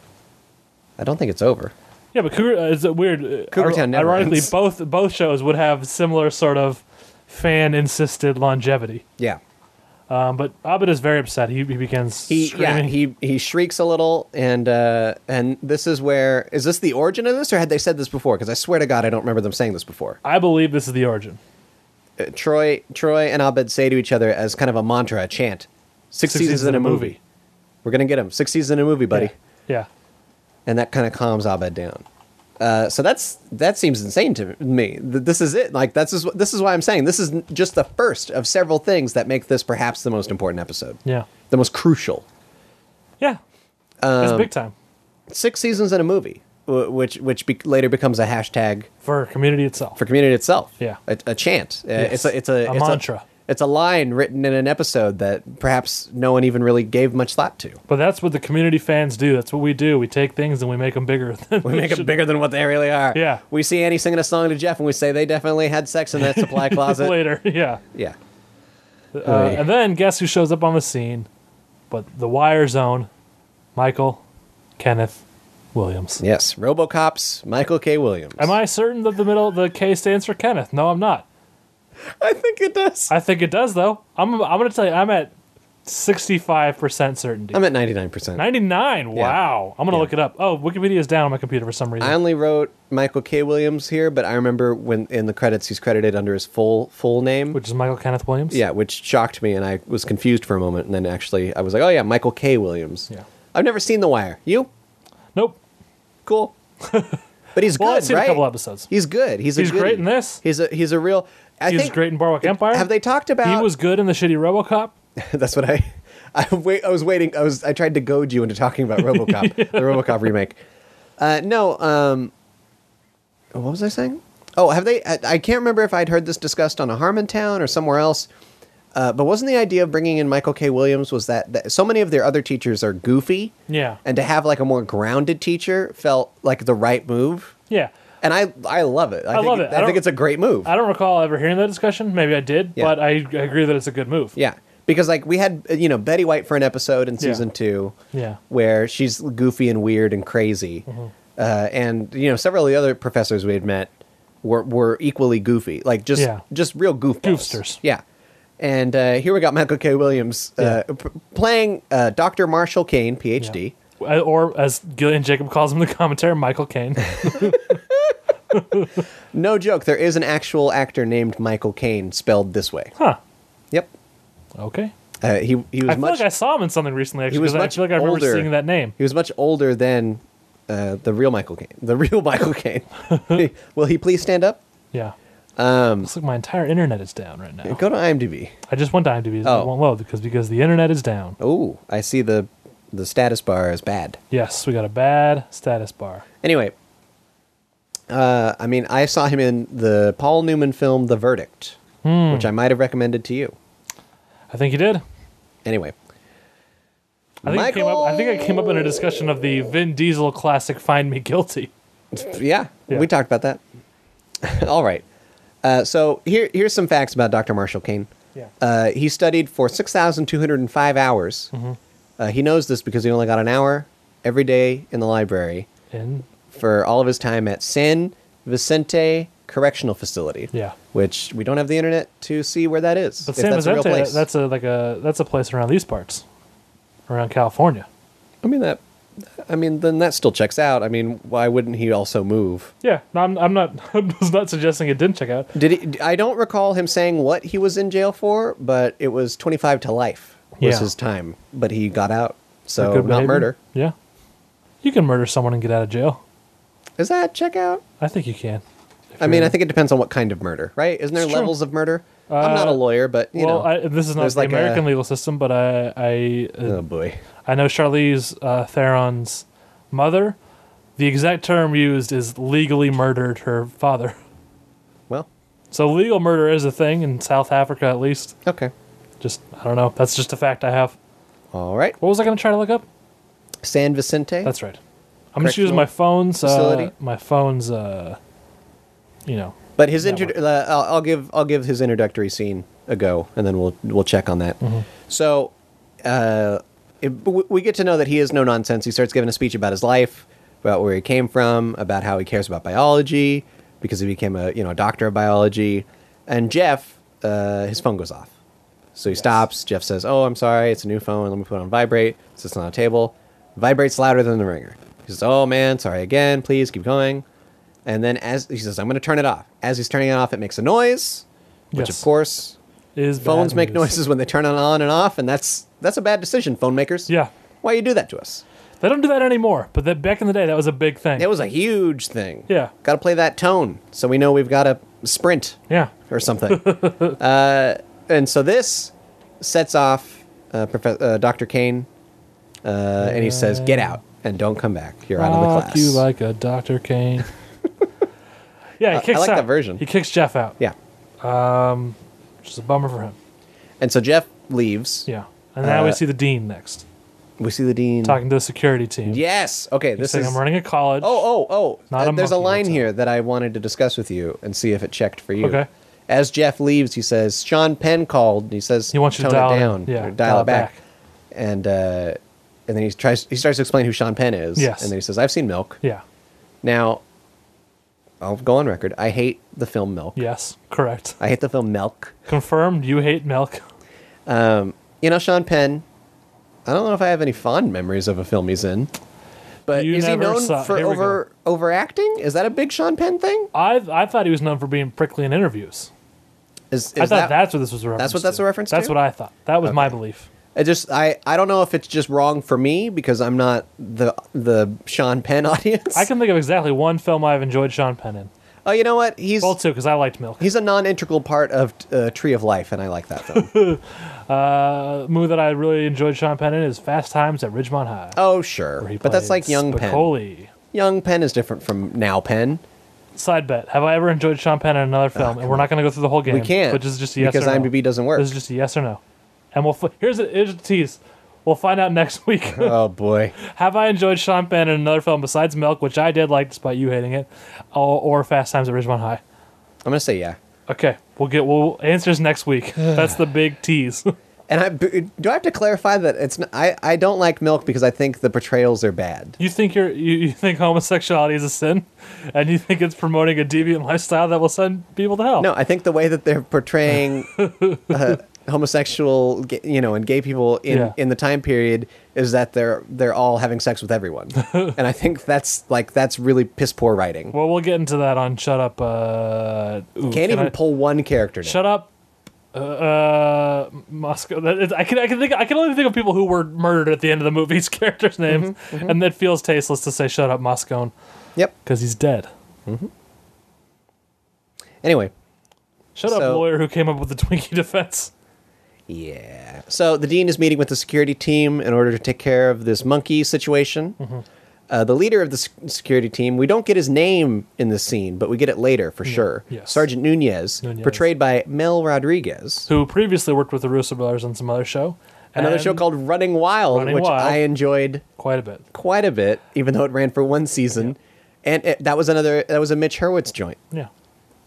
I don't think it's over.
Yeah, but Cougar uh, is it weird. uh,
Cougar
ir-
Town never
Ironically,
ends.
both both shows would have similar sort of fan insisted longevity.
Yeah.
Um, but Abed is very upset. He, he begins
He yeah
screaming.
he he shrieks a little and uh and this is where is this the origin of this or had they said this before because I swear to God I don't remember them saying this before.
I believe this is the origin.
Uh, Troy Troy and Abed say to each other as kind of a mantra a chant. Six, seasons, in a movie. We're gonna get him. Six seasons in a movie, buddy.
Yeah.
And that kind of calms Abed down. Uh, so that's that seems insane to me. Th- This is it. Like that's is wh- this is why I'm saying this is n- just the first of several things that make this perhaps the most important episode,
Yeah.
the most crucial.
Yeah.
Um,
it's big time
Six seasons in a movie, wh- which which be- later becomes a hashtag
for community itself.
for community itself.
Yeah.
a, a chant. Uh, It's a it's a,
A
it's
mantra.
it's a line written in an episode that perhaps no one even really gave much thought to.
but that's what the community fans do. That's what we do. We take things and we make them bigger. Than
We make it bigger than what they really are.
Yeah.
We see Annie singing a song to Jeff, and we say they definitely had sex in that supply closet.
later. Yeah.
Yeah.
Uh, and then guess who shows up on the scene? But the Wire Zone, Michael, Kenneth, Williams.
Yes. RoboCop's Michael K. Williams.
Am I certain that the middle the K stands for Kenneth? No, I'm not.
I think it does.
I think it does though. I'm I'm gonna tell you I'm at sixty five percent certainty.
I'm at 99%.
99. Wow. I'm going to look it up. Oh, Wikipedia is down on my computer for some reason.
I only wrote Michael K. Williams here, but I remember when in the credits he's credited under his full full name.
which is Michael Kenneth Williams.
yeah, which shocked me, and I was confused for a moment, and then actually I was like, oh yeah, Michael K. Williams.
Yeah.
I've never seen The Wire. You?
Nope.
Cool. but he's
Well,
good,
I've seen
right?
a couple episodes.
He's good. He's a
He's great
goodie.
in this.
He's a he's a real. I
He was
think-
great in Boardwalk Empire.
Have they talked about?
He was good in the shitty RoboCop.
That's what I. I wait. I was waiting. I was. I tried to goad you into talking about RoboCop, the RoboCop remake. Uh, no. Um. What was I saying? Oh, have they? I, I can't remember if I'd heard this discussed on a Harmontown or somewhere else. Uh, but wasn't the idea of bringing in Michael K. Williams was that, that so many of their other teachers are goofy,
Yeah.
and to have like a more grounded teacher felt like the right move.
Yeah.
And I, I love it. I, think,
love it.
I,
I don't-
think it's a great move.
I don't recall ever hearing that discussion. Maybe I did,
Yeah.
but I agree that it's a good move.
Yeah. Because like we had you know Betty White for an episode in season two,
Yeah. Mm-hmm.
where she's goofy and weird and crazy, uh, and you know several of the other professors we had met were were equally goofy, like just
Yeah.
just real goofballs.
Goofsters.
Yeah, and uh, here we got Michael K. Williams uh, p- playing uh, Dr. Marshall Kane, PhD.
Uh, Or as Gillian Jacob calls him in the commentary, Michael Caine.
No joke, there is an actual actor named Michael Kane spelled this way.
huh.
Yep,
Okay.
uh, he he was
I feel
much
like I saw him in something recently, actually,
he was
because I
much
feel like I remember
older.
seeing that name.
He was much older than uh, the real Michael Caine. The real Michael Caine. Will he please stand up?
Yeah. Um, Looks like my entire internet is down right now.
Go to IMDb.
I just went to IMDb. Oh.
Oh.
It won't load because, because the internet is down.
Oh, I see the the status bar is bad.
Yes, we got a bad status bar.
Anyway, uh, I mean, I saw him in the Paul Newman film The Verdict, which I might have recommended to you.
I think he did.
Anyway,
I think, it came up, I think it came up in a discussion of the Vin Diesel classic Find Me Guilty.
yeah,
Yeah.
we talked about that. All right. Uh, so here, here's some facts about Dr. Marshall Kane.
Yeah.
Uh, he studied for 6,205 hours.
Mm-hmm.
Uh, he knows this because he only got an hour every day in the library
And
for all of his time at San Vicente Correctional Facility.
Yeah.
Which we don't have the internet to see where that is.
but
if
San
that's a real
Vicente,
place.
that's a like a that's a place around these parts, around California.
I mean that. I mean, then that still checks out. I mean, why wouldn't he also move?
Yeah, no, I'm, I'm not I'm just not suggesting it didn't check out.
Did he, I don't recall him saying what he was in jail for, but it was 25 to life was
Yeah.
his time, but he got out.
For
So
good
not
behavior.
murder.
Yeah, you can murder someone and get out of jail.
Is that check out?
I think you can.
I mean, I think it depends on what kind of murder, right? Isn't there
It's true. Uh,
levels of murder? I'm not a lawyer, but you
well,
know,
I, this is not
there's
the
like a-
American legal system, but I I uh,
oh boy,
I know Charlize uh, Theron's mother. The exact term used is legally murdered her father.
well,
So legal murder is a thing in South Africa, at least.
okay,
Just I don't know. That's just a fact I have.
all right.
What was I going to try to look up?
San Vicente.
That's right. I'm just
Correctional
using my phone's uh,
facility?
my phone's uh, you know.
but his intro.
Network.
Uh, I'll, I'll give I'll give his introductory scene a go, and then we'll we'll check on that.
Mm-hmm.
So, uh, it, w- we get to know that he is no nonsense. He starts giving a speech about his life, about where he came from, about how he cares about biology because he became a you know a doctor of biology. And Jeff, uh, his phone goes off. So he stops. Jeff says, "Oh, I'm sorry. It's a new phone. Let me put it on vibrate. It sits on a table. Vibrates louder than the ringer." He says, "Oh man, sorry again. Please keep going." And then as he says, "I'm going to turn it off." As he's turning it off, it makes a noise, which
Yes.
of course
Is
phones
bad
make
news.
noises when they turn it on and off, and that's that's a bad decision, phone makers.
Yeah.
Why you do that to us?
They don't do that anymore, but that back in the day, that was a big thing.
It was a huge thing.
Yeah.
Got to play that tone so we know we've got to sprint
yeah.
or something. uh, and so this sets off uh, Prof- uh, Dr. Kane, uh, and he says, Get out and don't come back. You're out of the
Fuck
class.
you like a Dr. Kane. yeah, he
I
kicks
like
out.
that version.
He kicks Jeff out,
yeah.
which is a bummer for him.
And so Jeff leaves.
Yeah. And now we
Uh,
see the dean next,
We see the dean.
talking to the security team.
Yes. Okay.
He's
This
saying,
is.
I'm running a college.
Oh, oh, oh.
Not
Uh,
a
there's a
monkey
line
what's
here that I wanted to discuss with you and see if it checked for you.
Okay.
As Jeff leaves, he says, Sean Penn called. And he says,
He wants you to
tone
dial
it
it-
down.
yeah,
or dial, it back. And, uh, and then he tries. He starts to explain who Sean Penn is.
Yes.
And then he says, I've seen Milk.
Yeah.
Now, I'll go on record. I hate the film Milk.
Yes. Correct.
I hate the film Milk.
Confirmed. You hate milk.
You know, Sean Penn, I don't know if I have any fond memories of a film he's in. But
You
is he
never
known
saw-
for
here we go.
over overacting? Is that a big Sean Penn thing?
I I thought he was known for being prickly in interviews.
Is, is
I thought
that,
that's what this was a reference.
that's what that's
to.
a reference
That's
to?
what I thought. That was my belief.
I just I I don't know if it's just wrong for me because I'm not the the Sean Penn audience.
I can think of exactly one film I've enjoyed Sean Penn in.
oh, you know what? He's
Well, too, because I liked Milk.
he's a non-integral part of uh, Tree of Life, and I like that film.
Uh, movie that I really enjoyed Sean Penn in is Fast Times at Ridgemont High.
oh, sure,
where he
but that's
played
like Young Penn.
Spicoli.
Young Penn is different from now Penn.
Side bet: Have I ever enjoyed Sean Penn in another film? and we're not going to go through the whole game.
Ah, We can't
Which is just a yes
because
or no.
IMDb doesn't work.
This is just a yes or no. And we'll f- here's, a, here's a tease. We'll find out next week.
oh boy,
Have I enjoyed Sean Penn in another film besides Milk, which I did like despite you hating it, or, or Fast Times at Ridgemont High?
I'm gonna say yeah.
Okay, we'll get we'll answers next week. That's the big tease.
And I b- do I have to clarify that it's n I I don't like Milk because I think the portrayals are bad.
you think you're you, you think homosexuality is a sin, and you think it's promoting a deviant lifestyle that will send people to hell.
No, I think the way that they're portraying uh, homosexual, ga- you know, and gay people in,
Yeah.
in the time period is that they're they're all having sex with everyone, and I think that's like that's really piss poor writing.
Well, we'll get into that on Shut Up. Uh, ooh,
Can't
can
even
I-
pull one character. Name.
Shut Up. Uh, uh, Moscow. That is- I can I can think I can only think of people who were murdered at the end of the movie's characters' names,
Mm-hmm,
and that feels tasteless to say "Shut Up, Moscone"
Yep.
because he's dead.
Anyway,
Shut
So-
up, lawyer who came up with the Twinkie defense.
yeah. So the dean is meeting with the security team in order to take care of this monkey situation.
Mm-hmm.
Uh, the leader of the sec- security team, we don't get his name in this scene, but we get it later for sure.
Mm, yes.
Sergeant Nunez,
Nunez.
portrayed by Mel Rodriguez.
who previously worked with the Russo brothers on some other show.
another
and
show called Running Wild,
Running
which
Wild.
I enjoyed
quite a bit.
quite a bit, even though it ran for one season. And it, that was another that was a Mitch Hurwitz joint.
Yeah,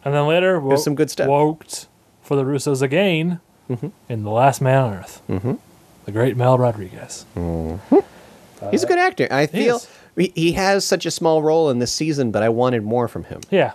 and then later wo-
some good stuff. Mm-hmm.
Worked for the Russos again in the Last Man on Earth. Mm-hmm. The great Mel Rodriguez.
Mm-hmm. He's a good actor. I feel
Uh, is.
he, he has such a small role in this season, but I wanted more from him.
Yeah,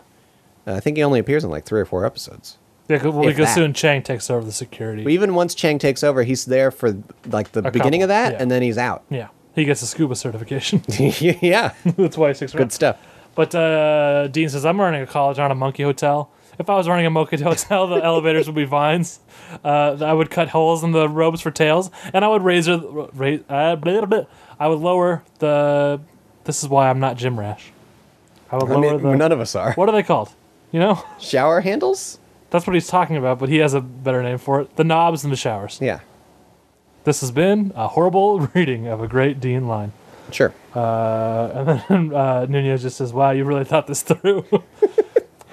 Uh, I think he only appears in like three or four episodes.
yeah. 'cause- Well,
If
because
that.
soon Chang takes over the security.
But even once Chang takes over, he's there for like the
A
beginning
couple,
of that,
yeah.
and then he's out.
yeah, he gets a scuba certification.
yeah,
That's why he sticks around.
good stuff.
But uh, Dean says, I'm running a college on a monkey hotel. If I was running a monkey hotel, the elevators would be vines. Uh, I would cut holes in the ropes for tails, and I would razor, ra- uh, blah, blah, blah. I would lower the. This is why I'm not Jim Rash. I would
I
lower
mean,
the.
none of us are.
what are they called? You know,
Shower handles?
that's what he's talking about, but he has a better name for it: the knobs and the showers.
Yeah,
This has been a horrible reading of a great Dean line.
sure.
And uh, Nunez just says, "Wow, you really thought this through." uh,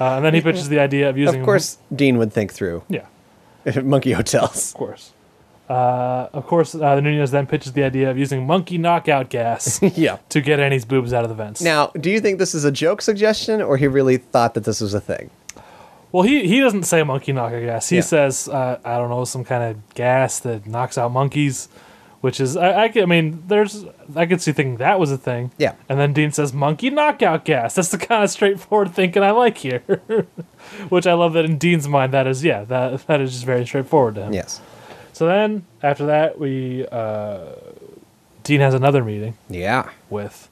and then he pitches the idea of using.
of course, Dean would think through
Yeah, of
monkey hotels.
course. Uh, of course, uh, Nunez then pitches the idea of using monkey knockout gas
Yeah.
to get Annie's boobs out of the vents.
Now, do you think this is a joke suggestion, or he really thought that this was a thing?
well, he, he doesn't say monkey knockout gas. He
Yeah.
says, uh, I don't know, some kind of gas that knocks out monkeys, which is, I, I, could- I mean, there's, I could see thinking that was a thing.
Yeah.
And then Dean says, monkey knockout gas. That's the kind of straightforward thinking I like here. which I love that in Dean's mind, that is, yeah, that, that is just very straightforward to him.
Yes.
So then, after that, we uh, Dean has another meeting
Yeah.
with.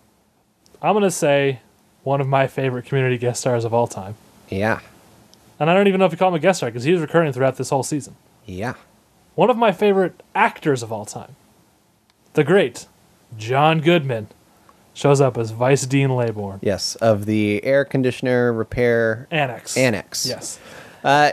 I'm gonna say one of my favorite community guest stars of all time,
Yeah.
and I don't even know if you call him a guest star because he was recurring throughout this whole season.
Yeah.
One of my favorite actors of all time, the great John Goodman, shows up as Vice Dean Laybourne.
Yes, of the air conditioner repair
Annex.
Annex.
Yes.
Uh,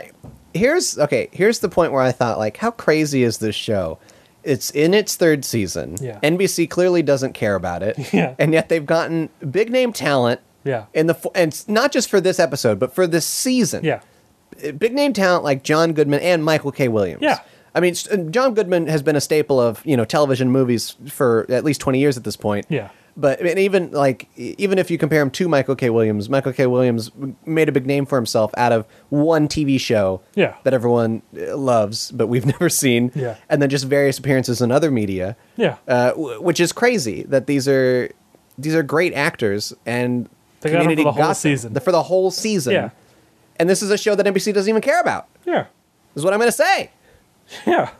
here's okay. Here's the point where I thought, like, how crazy is this show? It's in its third season.
Yeah.
NBC clearly doesn't care about it.
Yeah.
And yet they've gotten big name talent.
Yeah.
In the fo- and s- not just for this episode, but for this season.
Yeah.
Uh, Big name talent like John Goodman and Michael K. Williams.
Yeah.
I mean, s- and John Goodman has been a staple of you know television movies for at least twenty years at this point.
Yeah.
But I mean, even like e- even if you compare him to Michael K. Williams, Michael K. Williams w- made a big name for himself out of one TV show
Yeah.
that everyone uh, loves, but we've never seen.
Yeah.
And then just various appearances in other media.
Yeah.
Uh, w- which is crazy that these are these are great actors and
They got 'em for
Community
the whole
got them.
season.
The- for the whole season.
Yeah.
And this is a show that NBC doesn't even care about.
yeah.
Is what I'm going to say.
Yeah.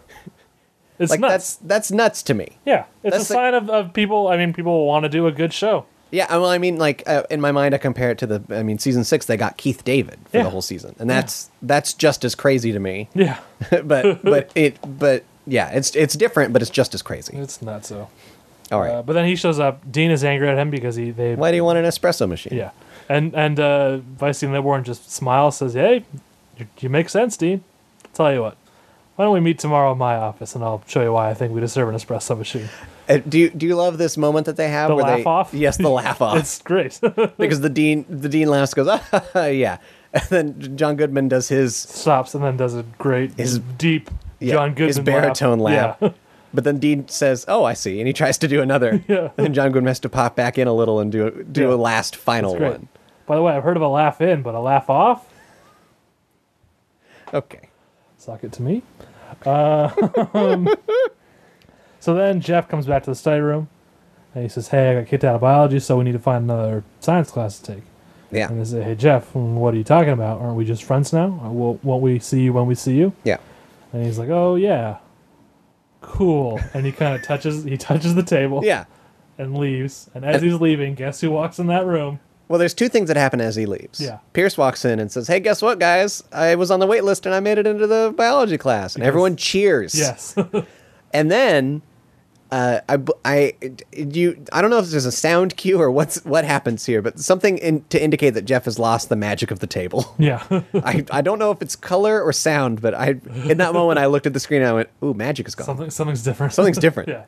It's
Like
nuts.
that's that's nuts to me.
yeah. It's
that's
a
the-
sign of, of people. I mean, people want to do a good show.
Yeah, well, I mean, like uh, in my mind, I compare it to the. I mean, season six, they got Keith David for
Yeah.
the whole season, and that's that's just as crazy to me.
Yeah.
but but it but yeah, it's it's different, but it's just as crazy.
It's nuts, though.
All right,
Uh, but then he shows up. Dean is angry at him because he they
why do you want an espresso machine?
yeah, and and uh, Vice Dean Leborn just smiles, says, "Hey, you, you make sense, Dean. Tell you what, why don't we meet tomorrow in my office and I'll show you why I think we deserve an espresso machine."
Uh, do you do you love this moment that they have?
The
where
laugh
they,
off?
Yes, the laugh off.
It's great.
because the dean the dean laughs goes ah, yeah, and then John Goodman does his
Stops and then does a great
His-
deep
yeah,
John Goodman
his baritone laugh.
Yeah.
But then Dean says, "Oh, I see," and he tries to do another.
Yeah.
And John Goodman has to pop back in a little and do a, do
Yeah.
a last final
Great.
one.
By the way, I've heard of a laugh in, but a laugh off.
Okay.
Suck it to me. Uh, so then Jeff comes back to the study room and he says, Hey, I got kicked out of biology, so we need to find another science class to take.
Yeah.
And they say, Hey, Jeff, what are you talking about? Aren't we just friends now? Or will- Won't we see you when we see you?
Yeah.
And he's like, Oh, yeah. Cool. And he kind of touches he touches the table
Yeah.
and leaves. And as he's leaving, guess who walks in that room?
Well, there's two things that happen as he leaves.
Yeah.
Pierce walks in and says, "Hey, guess what, guys? I was on the wait list and I made it into the biology class." And everyone cheers.
Yes.
And then uh, I, b- I- you, I don't know if there's a sound cue or what's what happens here, but something in, to indicate that Jeff has lost the magic of the table.
yeah.
I, I don't know if it's color or sound, but I in that moment I looked at the screen and I went, "Ooh, magic is gone."
Something, something's different.
Something's different.
yeah.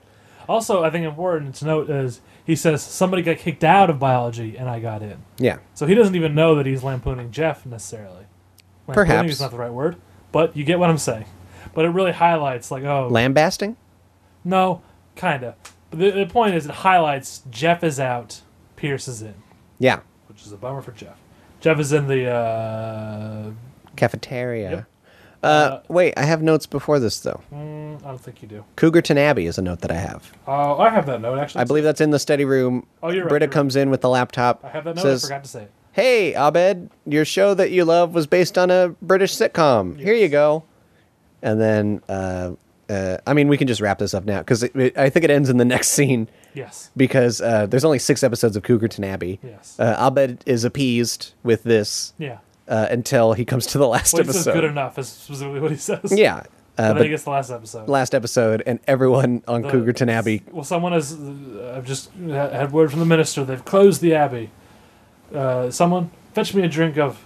Also, I think important to note is he says somebody got kicked out of biology and I got in.
Yeah.
So he doesn't even know that he's lampooning Jeff necessarily. Lampooning
Perhaps.
is not the right word, but you get what I'm saying. But it really highlights like oh
Lambasting.
no, kinda. But the, the point is it highlights Jeff is out, Pierce is in,
Yeah.
which is a bummer for Jeff. Jeff is in the uh,
Cafeteria.
Yep.
Uh, wait, I have notes before this though.
I don't think you do.
Cougarton Abbey is a note that I have.
Oh, I have that note actually.
I believe that's in the study room.
Oh, you're right,
Britta
you're right.
comes in with the laptop.
I have that note.
Says,
I forgot to say it.
"Hey, Abed, your show that you love was based on a British sitcom. Here you go." And then, uh, uh, I mean, we can just wrap this up now because I think it ends in the next scene
Yes.
because uh, there's only six episodes of Cougarton Abbey.
Yes.
Uh, Abed is appeased with this
Yeah.
uh, until he comes to the last
Well, he says
episode.
good enough is specifically what he says.
Yeah.
But
Uh,
I think
but
it's the last episode.
last episode, and everyone on
The-
Cougarton Abbey.
Well, someone has. uh, I've just ha- had word from the minister. They've closed the abbey. Uh, someone fetch me a drink of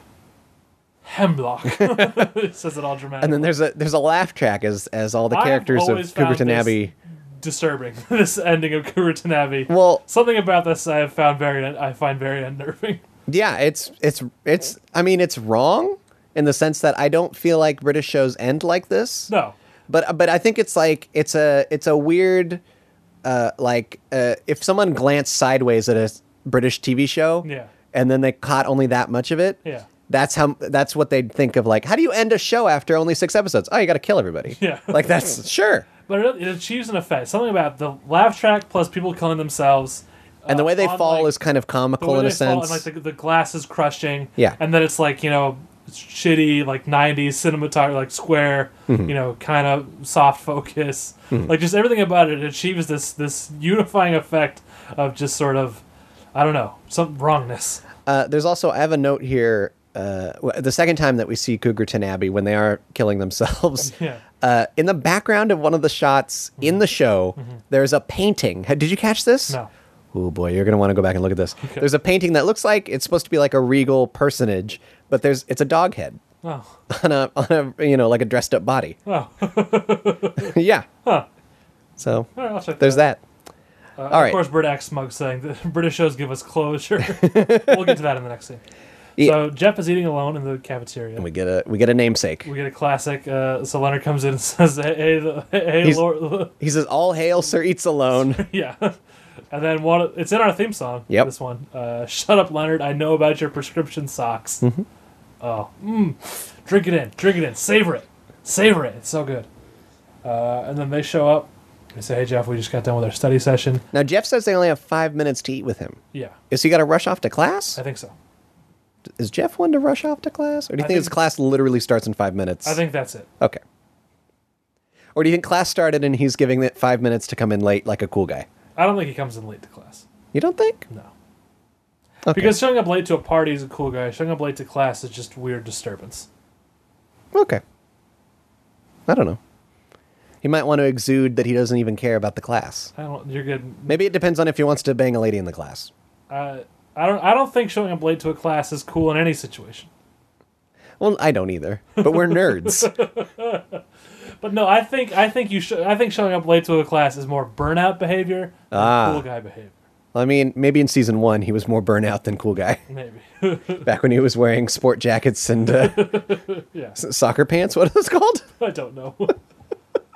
hemlock. it says it all dramatic.
And then there's a there's a laugh track as as all the
I've
characters of
always found
Cougarton
this-
Abbey.
disturbing. this ending of Cougarton Abbey.
Well-
something about this I have found very. I find very unnerving.
Yeah, it's it's it's. I mean, it's wrong in the sense that I don't feel like British shows end like this.
No.
But but I think it's like it's a it's a weird, uh, like uh, if someone glanced sideways at a British TV show,
Yeah.
and then they caught only that much of it,
Yeah.
That's how. That's what they'd think of. Like, how do you end a show after only six episodes? Oh, you got to kill everybody.
Yeah.
like that's sure.
But it, it achieves an effect. Something about the laugh track plus people killing themselves.
And the
uh,
way they
on,
fall
like-
is kind of
the
comical
way
in a
they fall
sense.
and like the, the glass is crushing.
Yeah.
And then it's like you know shitty like 90s cinematography like square
Mm-hmm.
you know kind of soft focus like just everything about it achieves this this unifying effect of just sort of i don't know some wrongness
Uh, there's also I have a note here. Uh, w- the second time that we see Cougarton Abbey when they are killing themselves,
Yeah.
uh, in the background of one of the shots in the show, there's a painting. Ha- Did you catch this?
Mm-hmm. No.
Oh boy, you're gonna want to go back and look at this. There's a painting that looks like it's supposed to be like a regal personage, but there's it's a dog head
Oh,
on a on a you know like a dressed up body.
oh.
yeah. So
right, I'll check
there's that. All
Uh, Of
right.
course, Bert Axe Smug saying that British shows give us closure. we'll get to that in the next scene.
Yeah.
So Jeff is eating alone in the cafeteria.
And we get a we get a namesake.
We get a classic. Uh, so Leonard comes in and says, "Hey, the, hey,
He's-
Lord,
He says, "All hail Sir Eats Alone."
yeah." And then one, of- it's in our theme song.
Yep.
This one. Uh, Shut up, Leonard. I know about your prescription socks. Oh, mm. drink it in. Drink it in. Savor it. Savor it. It's so good. Uh, and then they show up. They say, "Hey, Jeff, we just got done with our study session."
now Jeff says they only have five minutes to eat with him.
Yeah,
Is he got to rush off to class?
I think so.
Is Jeff one to rush off to class, or do you
I
think, his
think-
class literally starts in five minutes?
I think that's it.
Okay. Or do you think class started and he's giving it five minutes to come in late like a cool guy?
I don't think he comes in late to class.
You don't think?
No.
Okay.
Because showing up late to a party is a cool guy. Showing up late to class is just weird disturbance.
Okay. I don't know. He might want to exude that he doesn't even care about the class.
I don't. You're good.
Maybe it depends on if he wants to bang a lady in the class.
Uh, I don't. I don't think showing up late to a class is cool in any situation.
Well, I don't either. But we're nerds.
But no, I think I think you should. I think showing up late to a class is more burnout behavior than
Ah.
cool guy behavior.
I mean, maybe in season one he was more burnout than cool guy.
Maybe.
Back when he was wearing sport jackets and uh,
Yeah.
s- soccer pants. What are those called?
I don't know.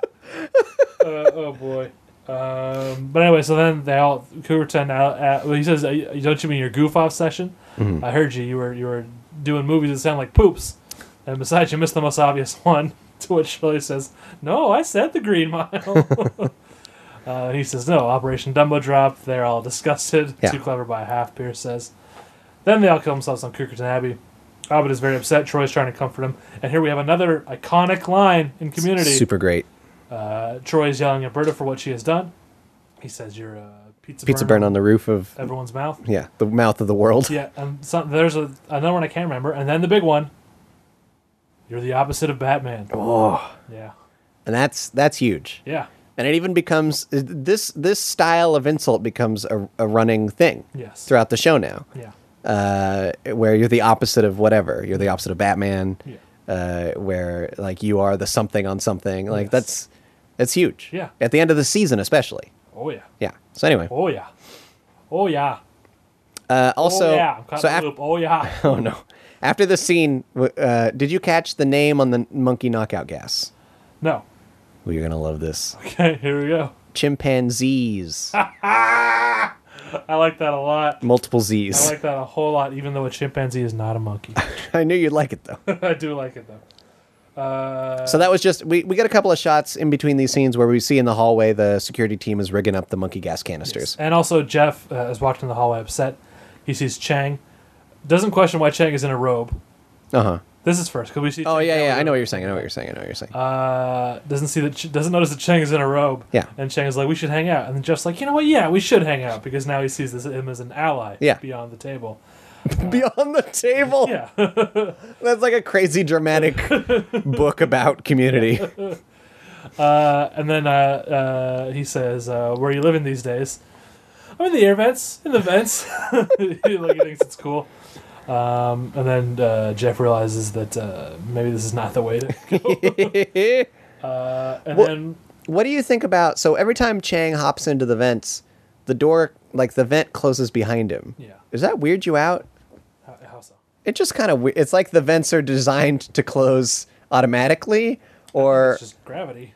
uh, oh boy. Um, but anyway, so then they all Coubertin out. At, well, he says, "Uh, "Don't you mean your goof off session? I heard you. You were you were doing movies that sound like poops, and besides, you missed the most obvious one." To which Shirley says, "No, I said the Green Mile." uh, and he says, "No, Operation Dumbo Drop." They're all disgusted.
Yeah.
Too clever by a half. Pierce says. Then they all kill themselves on Cougarton Abbey. Albert is very upset. Troy's trying to comfort him. And here we have another iconic line in Community.
Super great.
Uh, Troy is yelling at Berta for what she has done. He says, "You're a pizza,
Pizza burn on the roof of
everyone's mouth."
yeah the mouth of the world.
Yeah, and some, there's a, another one I can't remember, and then the big one. You're the opposite of Batman. Oh, yeah,
And that's that's huge.
yeah,
and it even becomes uh, this this style of insult becomes a, a running thing
Yes.
throughout the show now
yeah.
uh, where you're the opposite of whatever you're the opposite of batman
Yeah.
uh, where like you are the something on something like
Yes.
that's that's huge
Yeah.
at the end of the season especially
Oh yeah.
yeah so anyway
Oh yeah. Oh yeah.
uh, also
oh yeah. I'm caught
so
in the
af-
loop. Oh yeah.
oh no after the scene w- uh, did you catch the name on the monkey knockout gas
No.
well you're gonna love this
Okay, here we go.
chimpanzees
I like that a lot.
multiple
I
z's
like that a whole lot, even though a chimpanzee is not a monkey.
I knew you'd like it though
I do like it though. Uh,
So that was just we, we got a couple of shots in between these scenes where we see in the hallway the security team is rigging up the monkey gas canisters.
And also, Jeff uh, is walked in the hallway upset. He sees Chang. Doesn't question why Chang is in a robe.
Uh huh.
This is first because we see.
Oh
Chang
yeah, yeah.
in a
I know what
robe.
you're saying. I know what you're saying. I know what you're saying.
Uh, doesn't see that. Ch- Doesn't notice that Chang is in a robe.
Yeah.
And Chang is like, "We should hang out." And then Jeff's like, "You know what? Yeah, we should hang out because now he sees this him as an ally.
Yeah.
Beyond the table.
Beyond the table.
Yeah.
That's like a crazy dramatic book about community.
Uh, and then uh, uh, he says, uh, "Where are you living these days?" I'm in the air vents, in the vents. he, like he thinks it's cool. Um, and then uh, Jeff realizes that uh, maybe this is not the way to go. uh, and
Well-
then
what do you think about? So every time Chang hops into the vents, the door like the vent closes behind him.
Yeah.
Does that weird you out?
how, how so?
It just kind of it's like the vents are designed to close automatically, or
It's just gravity.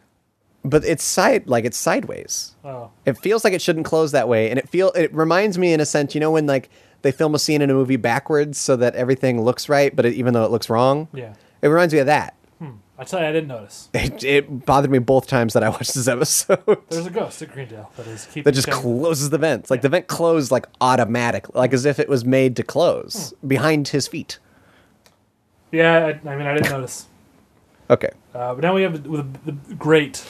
but it's side like it's sideways.
Oh,
It feels like it shouldn't close that way, and it feel it reminds me in a sense, you know, when like they film a scene in a movie backwards so that everything looks right, but it, even though it looks wrong,
yeah.
it reminds me of that.
I tell you, I didn't notice.
It, it bothered me both times that I watched this episode.
There's a ghost at Greendale that is keeping
that just
Chang-
closes the vents, like the vent closed like automatically, like as if it was made to close
Hmm.
behind his feet.
yeah. I, I mean, I didn't notice.
Okay,
Uh, but now we have the, the, the great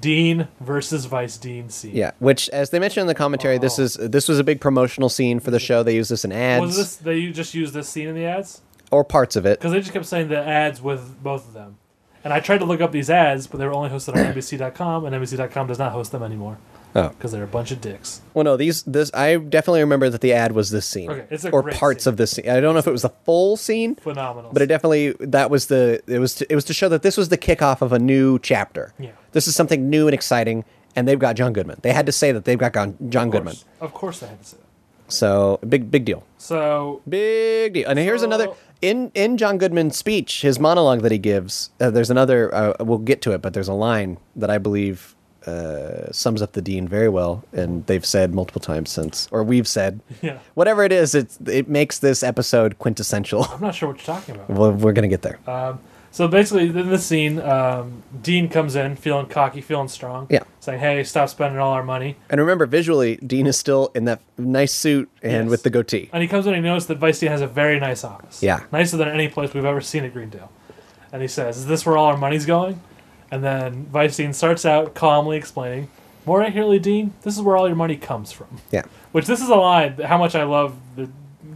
Dean versus Vice Dean scene.
yeah. Which, as they mentioned in the commentary, this is this was a big promotional scene for the show. They used this in ads
Was this they just used this scene in the ads?
or parts of it.
Because they just kept saying the ads with both of them. And I tried to look up these ads, but they were only hosted on NBC.com, and NBC.com does not host them anymore.
Oh.
because they're a bunch of dicks.
Well, no, these this I definitely remember that the ad was this scene,
Okay, it's a
or
great
parts
scene.
of this scene. I don't know if it was the full scene,
Phenomenal.
but it definitely that was the it was to, it was to show that this was the kickoff of a new chapter.
Yeah.
this is something new and exciting, and they've got John Goodman. They had to say that they've got Gon- John
of
Goodman.
course, of course they had to say that.
So big big deal,
So
big deal. And here's
So-
another in in John Goodman's speech, his monologue that he gives. Uh, there's another. Uh, we'll get to it, but there's a line that I believe. Uh, sums up the dean very well, and they've said multiple times since, or we've said,
yeah,
whatever it is, it's, it makes this episode quintessential.
I'm not sure what you're talking about.
Well, we're gonna get there.
Uh, So basically, in this scene, um, Dean comes in feeling cocky, feeling strong.
Yeah.
Saying, hey, stop spending all our money.
and remember, visually, Dean is still in that nice suit and
Yes.
with the goatee.
And he comes in and he notices that Vice Dean has a very nice office.
Yeah.
Nicer than any place we've ever seen at Greendale. And he says, Is this where all our money's going? And then Vice Dean starts out calmly explaining, More accurately, Dean, this is where all your money comes from.
Yeah,
Which this is a line, how much I love the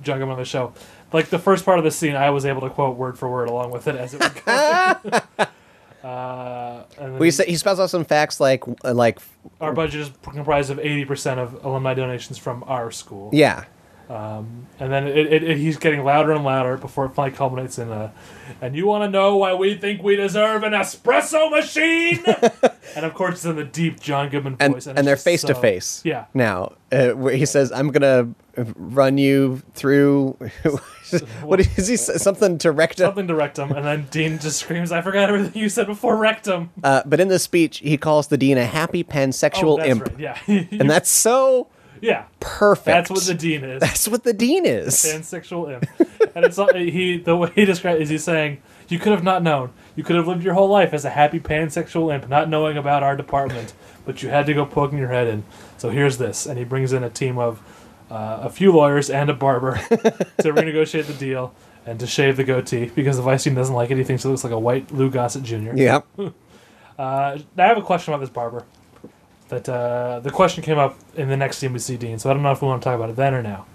Juggernaut of the show. Like the first part of the scene, I was able to quote word for word along with it as it would go. uh, and then
we say he spells out some facts like uh, like
our budget is comprised of 80% of alumni donations from our school.
yeah,
And then it, it, it, he's getting louder and louder before it finally culminates in a, and you want to know why we think we deserve an espresso machine? and of course, it's in the deep John Goodman
and
voice.
and,
it's
they're
just
face to
so-
face.
Yeah.
now uh, where he says, "I'm gonna run you through." what is he? s- Something to rectum.
Something to rectum. And then Dean just screams, I forgot everything you said before rectum.
Uh, but in this speech, he calls the dean a happy pansexual
Oh, that's
imp,
right, Yeah.
and that's so
yeah.
perfect.
That's what the Dean is.
that's what the dean is.
pansexual imp. and it's not- he the way he describes is he's saying you could have not known. You could have lived your whole life as a happy pansexual imp, not knowing about our department, but you had to go poking your head in. So here's this, and he brings in a team of uh, a few lawyers and a barber to renegotiate the deal and to shave the goatee because the vice dean doesn't like it. He thinks it looks like a white Lou Gossett Jr.
yeah,
Uh, I have a question about this barber. That uh, the question came up in the next scene we see Dean, so I don't know if we want to talk about it then or now.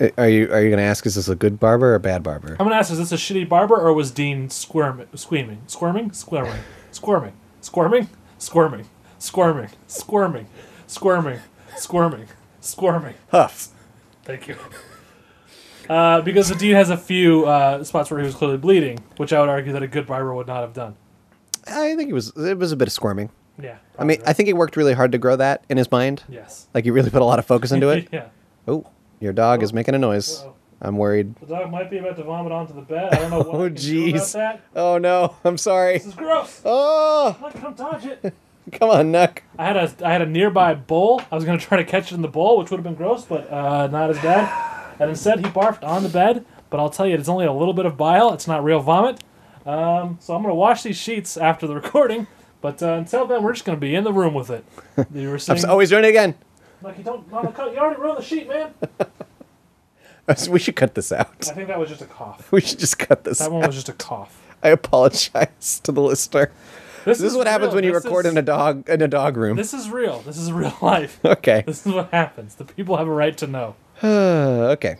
Uh, Are you are you gonna ask is this a good barber or a bad barber?
I'm gonna ask: Is this a shitty barber, or was Dean squirm, squeaming, squirming, squirming, squirming, squirming, squirming, squirming, squirming, squirming, squirming, squirming?
Huff.
Thank you. Uh, because the Dean has a few uh, spots where he was clearly bleeding, which I would argue that a good barber would not have done.
I think it was it was a bit of squirming.
Yeah.
I mean, I think it worked really hard to grow that in his mind.
yes.
Like you really put a lot of focus into it.
yeah.
Oh, your dog is making a noise.
Uh-oh.
I'm worried.
The dog might be about to vomit onto the bed. I don't know what.
Oh,
I can do about
jeez.
that.
Oh no, I'm sorry.
This is gross.
Oh,
I'm not gonna dodge it.
come on, Nuck.
I had a I had a nearby bowl. I was gonna try to catch it in the bowl, which would have been gross, but uh, not as bad. And instead, he barfed on the bed. But I'll tell you, it's only a little bit of bile. It's not real vomit. Um, so I'm gonna wash these sheets after the recording. But uh, until then, we're just gonna be in the room with it. You were
I'm
saying,
so, oh, he's doing it again.
like you don't, Mama, cut- you already ruined the sheet, man.
We should cut this out.
I think that was just a cough.
We should just cut this.
That
out.
one was just a cough.
I apologize to the listener. This is what happens
real.
when you
This
record
is-
in a dog in a dog room.
This is real. This is real life.
okay.
This is what happens. The people have a right to know.
uh, okay.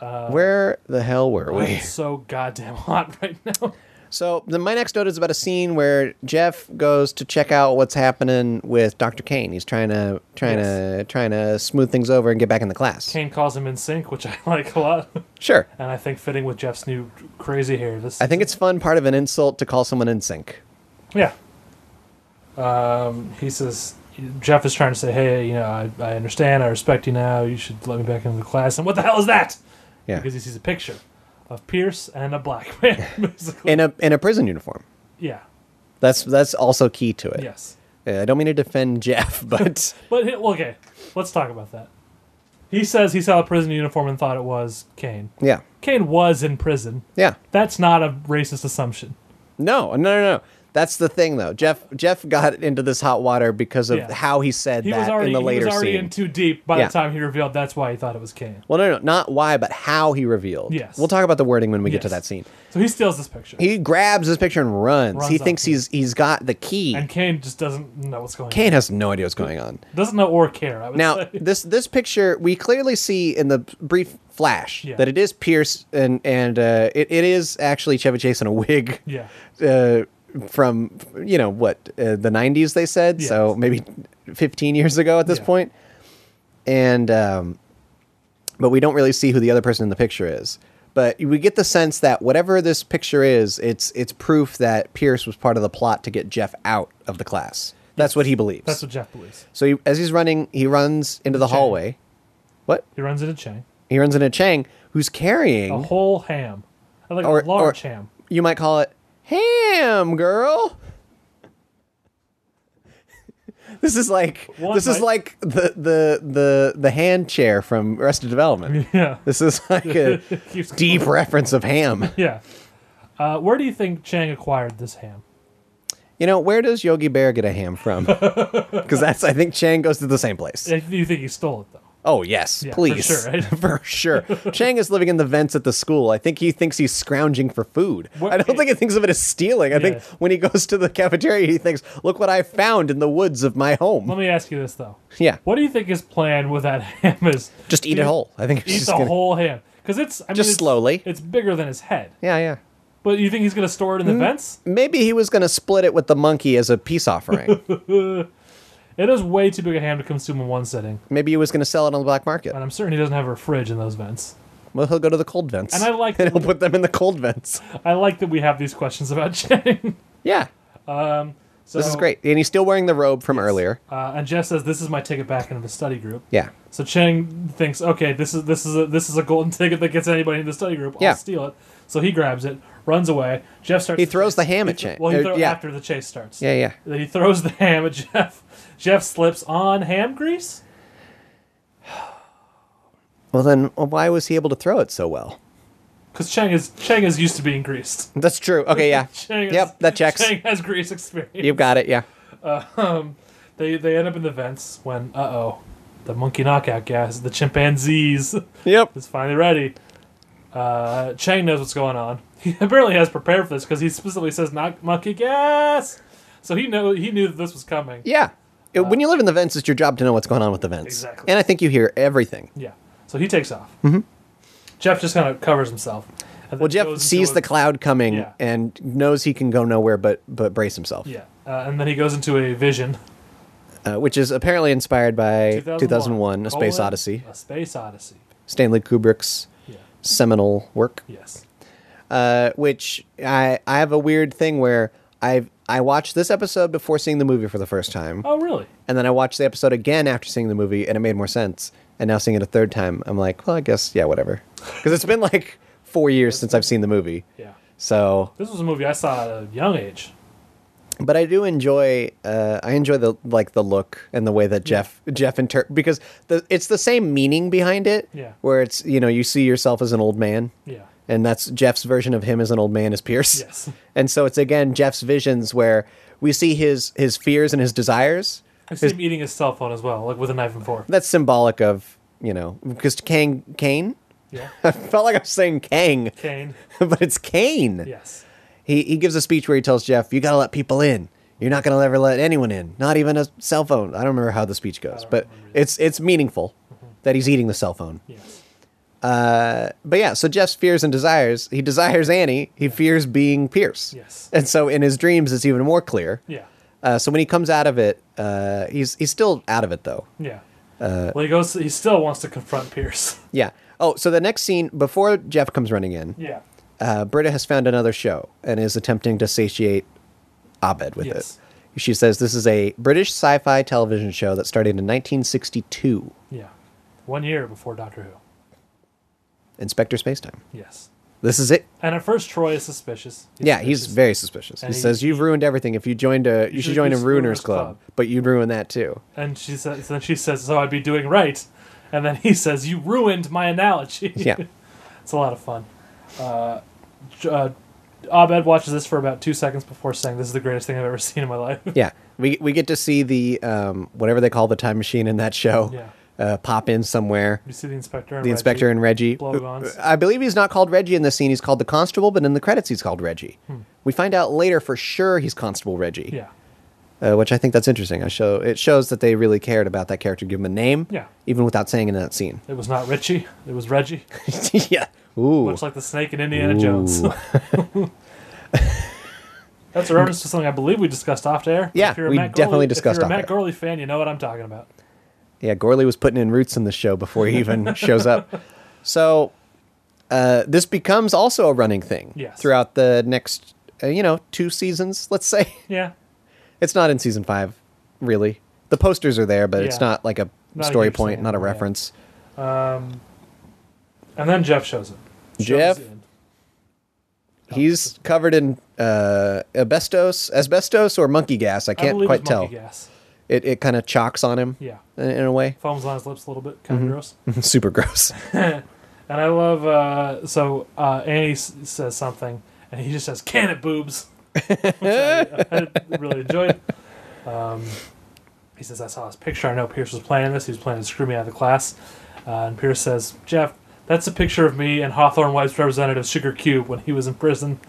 Uh,
Where the hell were we?
It's so goddamn hot right now.
So then my next note is about a scene where Jeff goes to check out what's happening with Dr. Kane. He's trying to trying to trying to smooth things over and get back in the class.
Kane calls him in sync, which I like a lot,
Sure.
and I think fitting with Jeff's new crazy hair. This,
I think it's fun part of an insult to call someone in sync.
yeah. Um, he says Jeff is trying to say, "Hey, you know, I, I understand, I respect you now. You should let me back into the class." And what the hell is that?
Yeah.
Because he sees a picture of Pierce and a black man, basically.
In a in a prison uniform.
yeah.
That's that's also key to it.
Yes.
Uh, I don't mean to defend Jeff, but
But he- well, okay, let's talk about that. He says he saw the prison uniform and thought it was Kane.
yeah.
Kane was in prison.
Yeah.
That's not a racist assumption.
No, no, no, no. That's the thing though. Jeff Jeff got into this hot water because of
Yeah.
how he said
He
that
was already
in the
he
later
was already
scene.
in too deep by
Yeah.
the time he revealed that's why he thought it was Kane.
well, no, no, not why, but how he revealed.
Yes.
We'll talk about the wording when we get to
Yes.
that scene.
So he steals this picture,
He grabs his picture and runs.
Runs
he
off,
thinks
yeah.
he's he's got the key.
and Kane just doesn't know what's going
Kane has no idea what's going on.
on. Doesn't know or care. I would
Now,
say.
this this picture we clearly see in the brief flash
Yeah.
that it is Pierce and and uh, it, it is actually Chevy Chase in a wig.
yeah,
Uh, from you know what uh, the 90s they said so
Yes.
maybe 15 years ago at this
Yeah.
point. and um, but we don't really see who the other person in the picture is but we get the sense that whatever this picture is it's it's proof that pierce was part of the plot to get jeff out of the class that's what he believes
That's what Jeff believes.
so he, as he's running he runs into the
Chang.
hallway what
He runs into Chang.
he runs into chang who's carrying
A whole ham. Like
Hmm? Or-
a large
or-
ham.
you might call it ham girl this is like
One
this is
might-
like the, the the the hand chair from arrested development
Yeah.
this is like a
Keeps going.
deep reference of ham
Yeah. Uh, where do you think Chang acquired this ham?
you know where does yogi bear get a ham from because that's i think chang goes to the same place
Uh, Do you think he stole it though?
oh yes
Yeah, for
please
sure, right?
For sure. chang is living in the vents at the school i think he thinks he's scrounging for food
What-
i don't think he thinks of it as stealing i think
Yes.
when he goes to the cafeteria he thinks look what i found in the woods of my home
Let me ask you this though.
Yeah.
What do you think his plan with that ham is?
Just eat it whole. I think he's
Eat
just
the
gonna-
whole ham because it's I mean,
Just
it's-
slowly.
It's bigger than his head.
Yeah, yeah.
But you think he's gonna store it
Hmm.
in the vents?
Maybe he was gonna split it with the monkey as a peace offering.
It is way too big a ham to consume in one sitting,
Maybe he was gonna sell it on the black market.
and I'm certain he doesn't have a fridge in those vents.
Well, he'll go to the cold vents.
And I like
and
that
he'll
we-
put them in the cold vents.
I like that we have these questions about Chang.
Yeah,
So,
this is great. And he's still wearing the robe from earlier.
Uh, and Jeff says this is my ticket back into the study group.
Yeah,
So Chang thinks, okay, this is this is a, this is a golden ticket that gets anybody in the study group. I'll
Yeah.
steal it. So he grabs it, runs away. Jeff starts.
He
to
throws
chase-
the ham at
he th-
Chang.
Well, he
Uh,
throws
yeah.
after the chase starts.
yeah, yeah.
Then he throws the ham at Jeff. Jeff slips on ham grease.
Well, then why was he able to throw it so well?
Because Chang is Chang is used to being greased.
That's true. Okay, yeah.
Chang is-
yep, that checks.
Chang has grease experience.
You've got it. Yeah.
They they end up in the vents when uh oh, the monkey knockout gas, the chimpanzees
Yep.
is finally ready. Uh, Chang knows what's going on. He apparently has prepared for this because he specifically says knock monkey gas. So he know he knew that this was coming.
Yeah. It- when you live in the vents, it's your job to know what's going on with the vents.
Exactly.
And I think you hear everything.
Yeah. So he takes off. Jeff just kind of covers himself. and
Mm-hmm. Well,
then
Jeff
goes
sees
into a-
the cloud coming
Yeah.
and knows he can go nowhere but but brace himself.
Yeah, uh, and then he goes into a vision.
uh, which is apparently inspired by 2001, A Space
colon,
Odyssey,
A Space Odyssey.
Stanley Kubrick's
Yeah.
seminal work.
Yes.
Uh, which I I have a weird thing where I've I watched this episode before seeing the movie for the first time,
Oh, really?
and then I watched the episode again after seeing the movie, and it made more sense. And now seeing it a third time, I'm like, well, I guess yeah, whatever, because it's been like four years since I've seen the movie.
Yeah.
So
This was a movie I saw at a young age.
but I do enjoy uh, I enjoy the like the look and the way that Jeff Jeff inter because the it's the same meaning behind it.
Yeah.
Where it's you know you see yourself as an old man.
Yeah.
And that's Jeff's version of him as an old man is Pierce.
Yes.
And so it's again Jeff's visions where we see his his fears and his desires.
I've seen him eating his cell phone as well, like with a knife and fork.
That's symbolic of you know because Kang Kane.
Yeah.
I felt like I was saying Kang,
Kane.
but it's Kane.
Yes.
he, he gives a speech where he tells Jeff, "You gotta let people in. You're not gonna ever let anyone in, not even a cell phone." I don't Mm-hmm. remember how the speech goes, but it's it's meaningful that he's eating the cell phone.
Yes.
But yeah, so Jeff's fears and desires. He desires Annie. He fears being Pierce.
Yes.
And so in his dreams, it's even more clear.
Yeah.
Uh, so when he comes out of it, uh, he's he's still out of it though.
Yeah.
Uh,
well, he goes. He still wants to confront Pierce.
Yeah. Oh, so the next scene before Jeff comes running in,
Yeah.
uh, Britta has found another show and is attempting to satiate Abed with
Yes.
it. She says this is a British sci fi television show that started in 1962,
Yeah. One year before Doctor Who.
Inspector Spacetime.
Yes.
This is it.
And at first, Troy is suspicious.
yeah, he's
suspicious.
very suspicious. He,
And he-
says, You've ruined everything. If you joined a, you, should
should
join a
use
Ruiners
Ruiners
Club,
Club.
but you'd ruin that too.
And she says, then she says, "So I'd be doing right," and then he says, "You ruined my analogy."
Yeah.
it's a lot of fun. Uh, J- uh, Abed watches this for about two seconds before saying, "This is the greatest thing I've ever seen in my life."
yeah. We, we get to see the, um, whatever they call the time machine in that show,
Yeah.
uh, pop in somewhere.
You see the inspector. And
The
Reggie.
inspector and Reggie. Uh,
Blowguns.
I believe he's not called Reggie in this scene. He's called the constable, but in the credits, he's called Reggie.
Hmm.
We find out later for sure he's Constable Reggie,
Yeah.
uh, which I think that's interesting. I show it shows that they really cared about that character, give him a name,
Yeah.
even without saying it in that scene.
It was not Richie. It was Reggie.
yeah, ooh,
Much like the snake in Indiana Jones. That's a reference to something I believe we discussed off air.
Yeah,
If you're a
we
Matt
definitely
Gorley,
discussed
If you're a
off
Matt
air.
Gurley fan, you know what I'm talking about.
Yeah, Gorley was putting in roots in the show before he even shows up. So uh, this becomes also a running thing
Yes.
throughout the next, uh, you know, two seasons. Let's say
Yeah,
it's not in season five, really. The posters are there, but it's
Yeah.
not like a
Not a
story
huge
point,
thing,
not a
yeah.
reference.
and then Jeff shows up. Shows
Jeff,
in.
he's covered in uh, asbestos, asbestos or monkey gas. I
I
can't
believe
quite
it's
tell.
Monkey gas.
It it kind of chalks on him,
Yeah,
in, in a way.
foams on his lips a little bit,
Mm-hmm.
kind of gross.
Super gross.
And I love uh, so uh, Annie s- says something, and he just says, "Can it, boobs," which I, I really enjoyed. Um, he says, "I saw his picture. I know Pierce was playing this. He was planning to screw me out of the class." Uh, and Pierce says, "Jeff, that's a picture of me and Hawthorne White's representative Sugar Cube when he was in prison."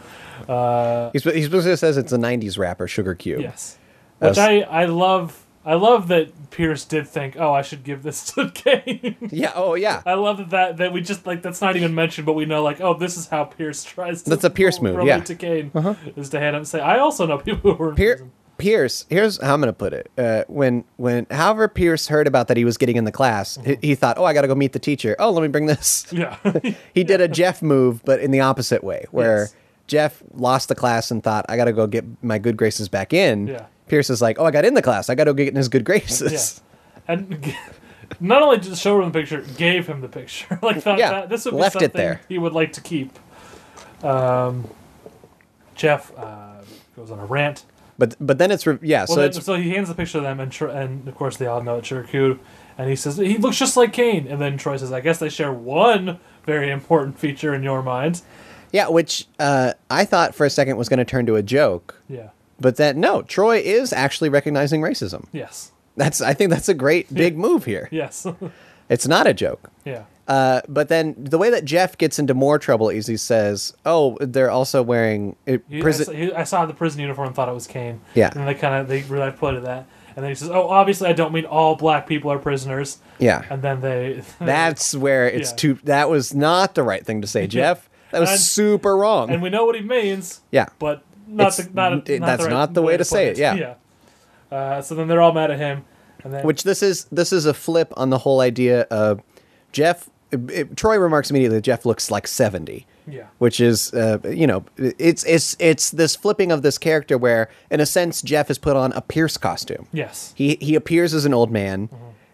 Uh,
He sp- he specifically says it's a '90s rapper, Sugar Cube.
Yes, which
That's-
I I love. I love that Pierce did think, "Oh, I should give this to Kane."
Yeah. Oh, yeah.
I love that, that that we just like that's not even mentioned, but we know like oh this is how Pierce tries. to
That's a Pierce move,
relate
yeah.
To Kane is to hand up and say I also know people who were in
Pier-
prison."
Pierce, here's how I'm going to put it. Uh, when, when, however, Pierce heard about that he was getting in the class,
Uh-huh.
he, he thought, "Oh, I got to go meet the teacher. Oh, let me bring this."
Yeah,
He did a Jeff move, but in the opposite way, where
Yes.
Jeff lost the class and thought, "I got to go get my good graces back in."
Yeah.
Pierce is like, "Oh, I got in the class. I got to go get in his good
yeah,
graces."
and g- not only just showed him the picture, gave him the picture. like thought
Yeah,
that this would be
left it
something
there.
he would like to keep. Um, Jeff uh, goes on a rant.
But, but then it's re- yeah.
Well,
so
then-
it's
so he hands the picture to them, and Tr- and of course they all know it's Chiricahua. And he says he looks just like Kane. And then Troy says, "I guess they share one very important feature in your mind."
yeah, which uh, I thought for a second was going to turn to a joke,
Yeah.
but then no, Troy is actually recognizing racism.
Yes.
That's I think that's a great big move here.
Yes.
It's not a joke.
yeah.
Uh, but then the way that Jeff gets into more trouble is he says, "Oh, they're also wearing uh,
He- I, saw,
prison."
he- I saw the prison uniform and thought it was Kane.
Yeah.
And they kind of they really played to that. And then he says, "Oh, obviously I don't mean all black people are prisoners."
Yeah.
And then they.
That's where it's
Yeah.
too. That was not the right thing to say, Jeff. That was
And-
super wrong.
and we know what he means.
Yeah.
But not
It's-
the, not,
it-
not
that's
the right
not the way to
play
say it, yeah.
Yeah. Uh, so then they're all mad at him, and then
Which this is this is a flip on the whole idea of Jeff. it- Troy remarks immediately, that "Jeff looks like 70.
Yeah.
which is uh, you know it's it's it's this flipping of this character where in a sense Jeff is put on a Pierce costume.
Yes.
He he appears as an old man.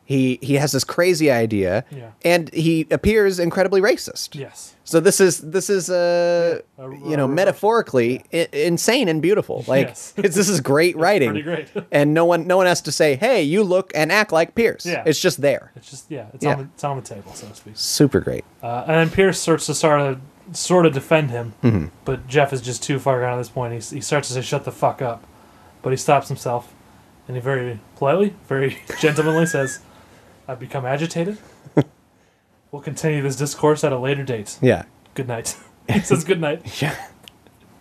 He he has this crazy idea,
Mm-hmm. Yeah.
and he appears incredibly racist.
Yes.
So this is this is uh,
Yeah, a-
you
a
know
reverse-
metaphorically I- insane and beautiful. Like
Yes.
it's, this is great writing.
pretty great.
and no one no one has to say, "Hey, you look and act like Pierce."
Yeah.
It's just there.
It's just yeah, it's
Yeah.
on the, it's on the table, so to speak.
Super great.
Uh, and then Pierce starts to sort of sort of defend him,
Mm-hmm.
but Jeff is just too far gone at this point. He, he starts to say, "Shut the fuck up," but he stops himself, and he very politely, very gentlemanly says, "I've become agitated. We'll continue this discourse at a later date.
Yeah.
Good night." he says, "Good night."
Yeah. Uh-huh.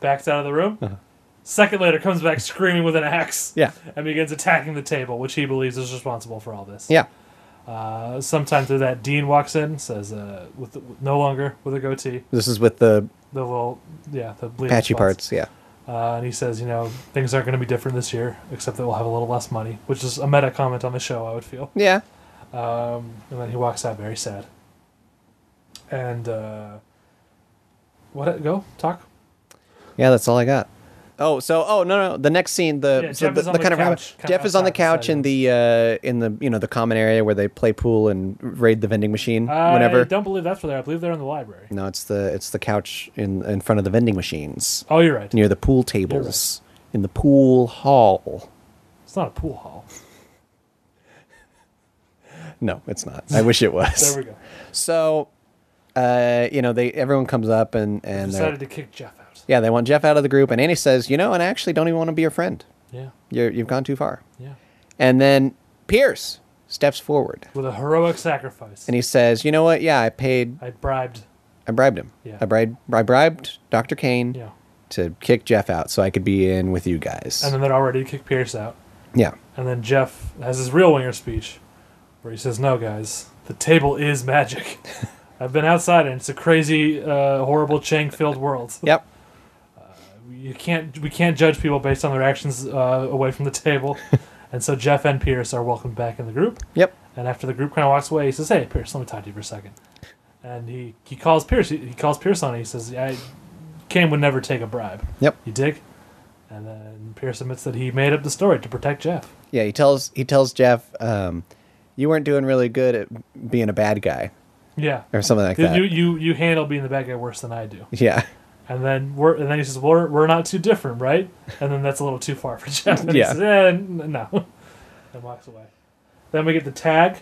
Backs out of the room. Second later, comes back screaming with an axe.
Yeah.
And begins attacking the table, which he believes is responsible for all this.
Yeah.
Uh, sometime through that, Dean walks in, says, uh, with the, no longer with a goatee,
This is with the
the little, yeah, the bleeding
patchy
spots.
parts. Yeah.
Uh, and he says, you know, things aren't going to be different this year, except that we'll have a little less money, which is a meta comment on the show, I would feel.
Yeah.
And then he walks out very sad. And, uh, what, go, talk?
Yeah, that's all I got. Oh, so oh no no the next scene the
Yeah,
so
Jeff
the,
is on
the
the
kind of rabbit-
couch, kind of
Jeff is on the
outside the
couch in the uh in the you know the common area where they play pool and raid the vending machine
I
whenever
don't believe that's where they are. I believe they're in the library.
no it's the it's the couch in in front of the vending machines
Oh, you're right.
near the pool tables in the pool hall
It's not a pool hall.
no it's not I wish it
There
was
we go.
so uh you know they everyone comes up and and they're-
Decided to kick Jeff out.
yeah they want Jeff out of the group and Annie says you know and I actually don't even want to be your friend
Yeah.
you're you've gone too far
Yeah.
and then Pierce steps forward
With a heroic sacrifice.
and he says, "You know what? Yeah, I paid.
I bribed.
I bribed him.
Yeah.
I bribed. I bribed Dr. Kane
Yeah.
to kick Jeff out so I could be in with you guys.
And then they're all ready to kick Pierce out.
yeah,
And then Jeff has his real winger speech where he says, No, guys, the table is magic. I've been outside and it's a crazy, uh, horrible, Chang filled world.
yep.
you can't we can't judge people based on their actions uh, away from the table. and so Jeff and Pierce are welcomed back in the group.
Yep.
And after the group kind of walks away, he says, "Hey, Pierce, let me talk to you for a second. And he, he calls Pierce. He, he calls Pierce on. it. He says, "I Kane would never take a bribe.
Yep.
You dig?" And then Pierce admits that he made up the story to protect Jeff.
Yeah, he tells he tells Jeff, um, "You weren't doing really good at being a bad guy
Yeah.
or something like that."
You, you you handle being the bad guy worse than I do.
yeah,
And then we're and then he says we're we're not too different, right? And then that's a little too far for Jeff. And he
Yeah.
says, eh, n- no. And walks away. Then we get the tag.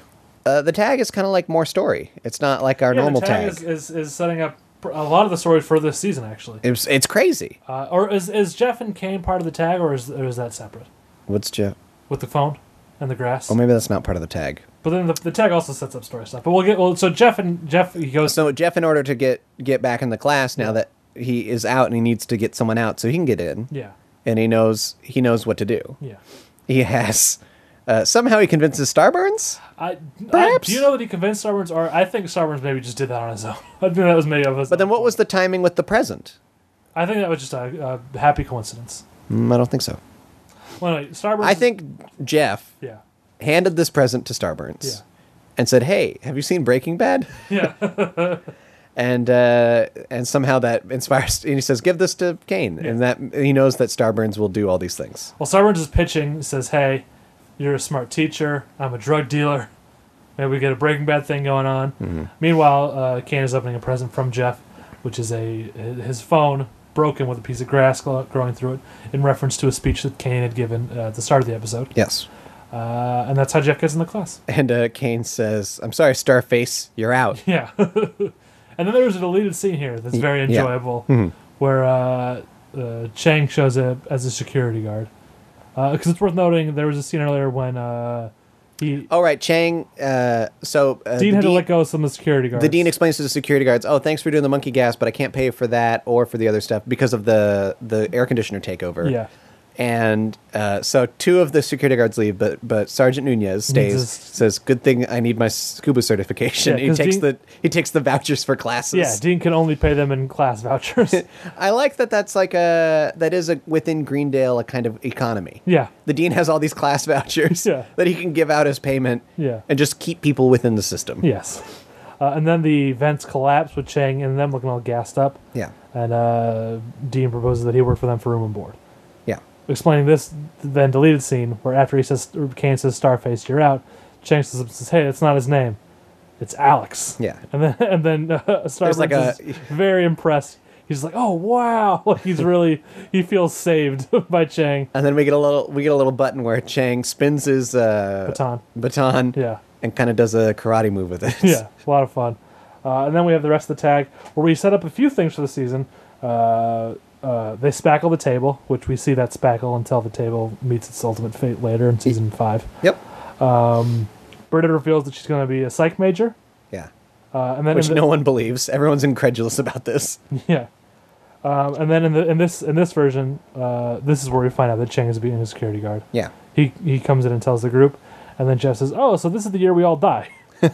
uh, the tag is kind of like more story. It's not like our
Yeah,
normal
the
tag.
tag, Is, is is setting up pr- a lot of the story for this season actually.
It's it's crazy.
Uh, or is is Jeff and Kane part of the tag, or is or is that separate
What's Jeff?
with the phone and the grass?
Oh, maybe that's not part of the tag.
but then the, the tag also sets up story stuff. But we'll get well. So Jeff and Jeff he goes.
So Jeff, in order to get get back in the class now that he is out and he needs to get someone out so he can get in,
yeah,
and he knows he knows what to do.
yeah.
He has uh, somehow he convinces Starburns.
I, I
Perhaps.
do you know that he convinced Starburns, or I think Starburns maybe just did that on his own. I think that was maybe of his.
But then what was the timing with the present?
I think that was just a, a happy coincidence.
Mm, I don't think so.
Well, anyway, Starburns.
I think Jeff
Yeah.
handed this present to Starburns
Yeah.
and said, "Hey, have you seen Breaking Bad?"
Yeah.
And uh, and somehow that inspires. And he says, "Give this to Kane," and that he knows that Starburns will do all these things.
Well, Starburns is pitching. Says, "Hey, you're a smart teacher. I'm a drug dealer. Maybe we get a Breaking Bad thing going on." Meanwhile, uh, Kane is opening a present from Jeff, which is a his phone broken with a piece of grass gl- growing through it, in reference to a speech that Kane had given uh, at the start of the episode.
Yes.
Uh, and that's how Jeff gets in the class.
And uh, Kane says, "I'm sorry, Starface, you're out."
Yeah. and then there was a deleted scene here that's very
yeah. Mm-hmm.
enjoyable where uh, uh, Chang shows up as a security guard. Because it's worth noting there was a scene earlier when uh, he
All right, Chang. Uh, so uh,
Dean
Oh, the
had to let go of some of the security guards.
The dean explains to the security guards, "Oh, thanks for doing the monkey gas, but I can't pay for that or for the other stuff because of the the air conditioner takeover."
Yeah.
And uh, so two of the security guards leave, but but Sergeant Nunez stays.
his-
Says, "Good thing I need my scuba certification."
Yeah,
he
'cause
takes
Dean-
the he takes the vouchers for classes.
Yeah, Dean can only pay them in class vouchers.
I like that. That's like a that is a within Greendale a kind of economy.
yeah.
The dean has all these class vouchers
Yeah.
that he can give out as payment.
Yeah.
And just keep people within the system.
Yes. Uh, and then the vents collapse with Chang and them looking all gassed up.
Yeah.
And uh, Dean proposes that he work for them for room and board.
Yeah.
explaining this then deleted scene where after he says or Kane says Starface, you're out. Chang says, says, "Hey, that's not his name. It's Alex."
Yeah.
And then and then uh, Starface
like a-
is very impressed. He's like, "Oh wow!" Like he's really he feels saved by Chang
And then we get a little we get a little button where Chang spins his uh,
Baton.
baton
Yeah.
and kind of does a karate move with it.
Yeah, it's a lot of fun. Uh, and then we have the rest of the tag where we set up a few things for the season. Uh, uh, they spackle the table, which we see that spackle until the table meets its ultimate fate later in season five.
Yep.
Britta reveals that she's going to be a psych major.
Yeah.
Uh, and then
Which
in the-
no one believes. Everyone's incredulous about this.
Yeah. Um, and then in the in this in this version, uh, this is where we find out that Chang is being a security guard.
Yeah.
He he comes in and tells the group, and then Jeff says, "Oh, so this is the year we all die." Good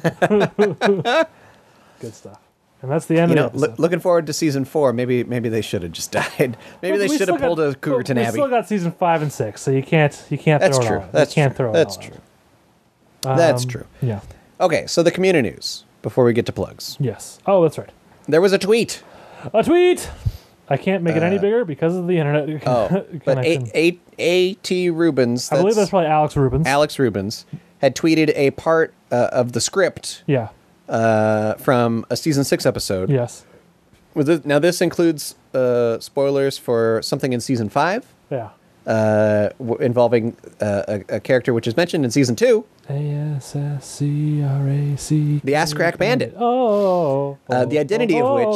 stuff. And that's the end
You know,
of the
loo-
episode.
looking forward to season four. Maybe maybe they should have just died. Maybe
But
they
we
should have
still
pulled
got-
a Cougarton
but We still
Abbey.
got season five and six, so you can't you can't
That's
throw
true.
it all. out.
That's
you can't
true.
throw it Um,
That's
all
true.
out.
That's true.
Yeah.
Okay, so the community news before we get to plugs.
Yes. Oh, that's right.
There was a tweet.
A tweet. I can't make it any bigger because of the internet
Uh, Oh, but
connection.
A- A- A.T. Rubens,
I believe that's
that's
probably Alex Rubens.
Alex Rubens, had tweeted a part uh, of the script
yeah.
uh, from a season six episode.
Yes.
Was this- now this includes uh, spoilers for something in season five
Yeah.
uh, w- involving uh, a, a character which is mentioned in season two,
A S S C R A C.
the Ass Crack Bandit.
Oh.
Uh, the identity of which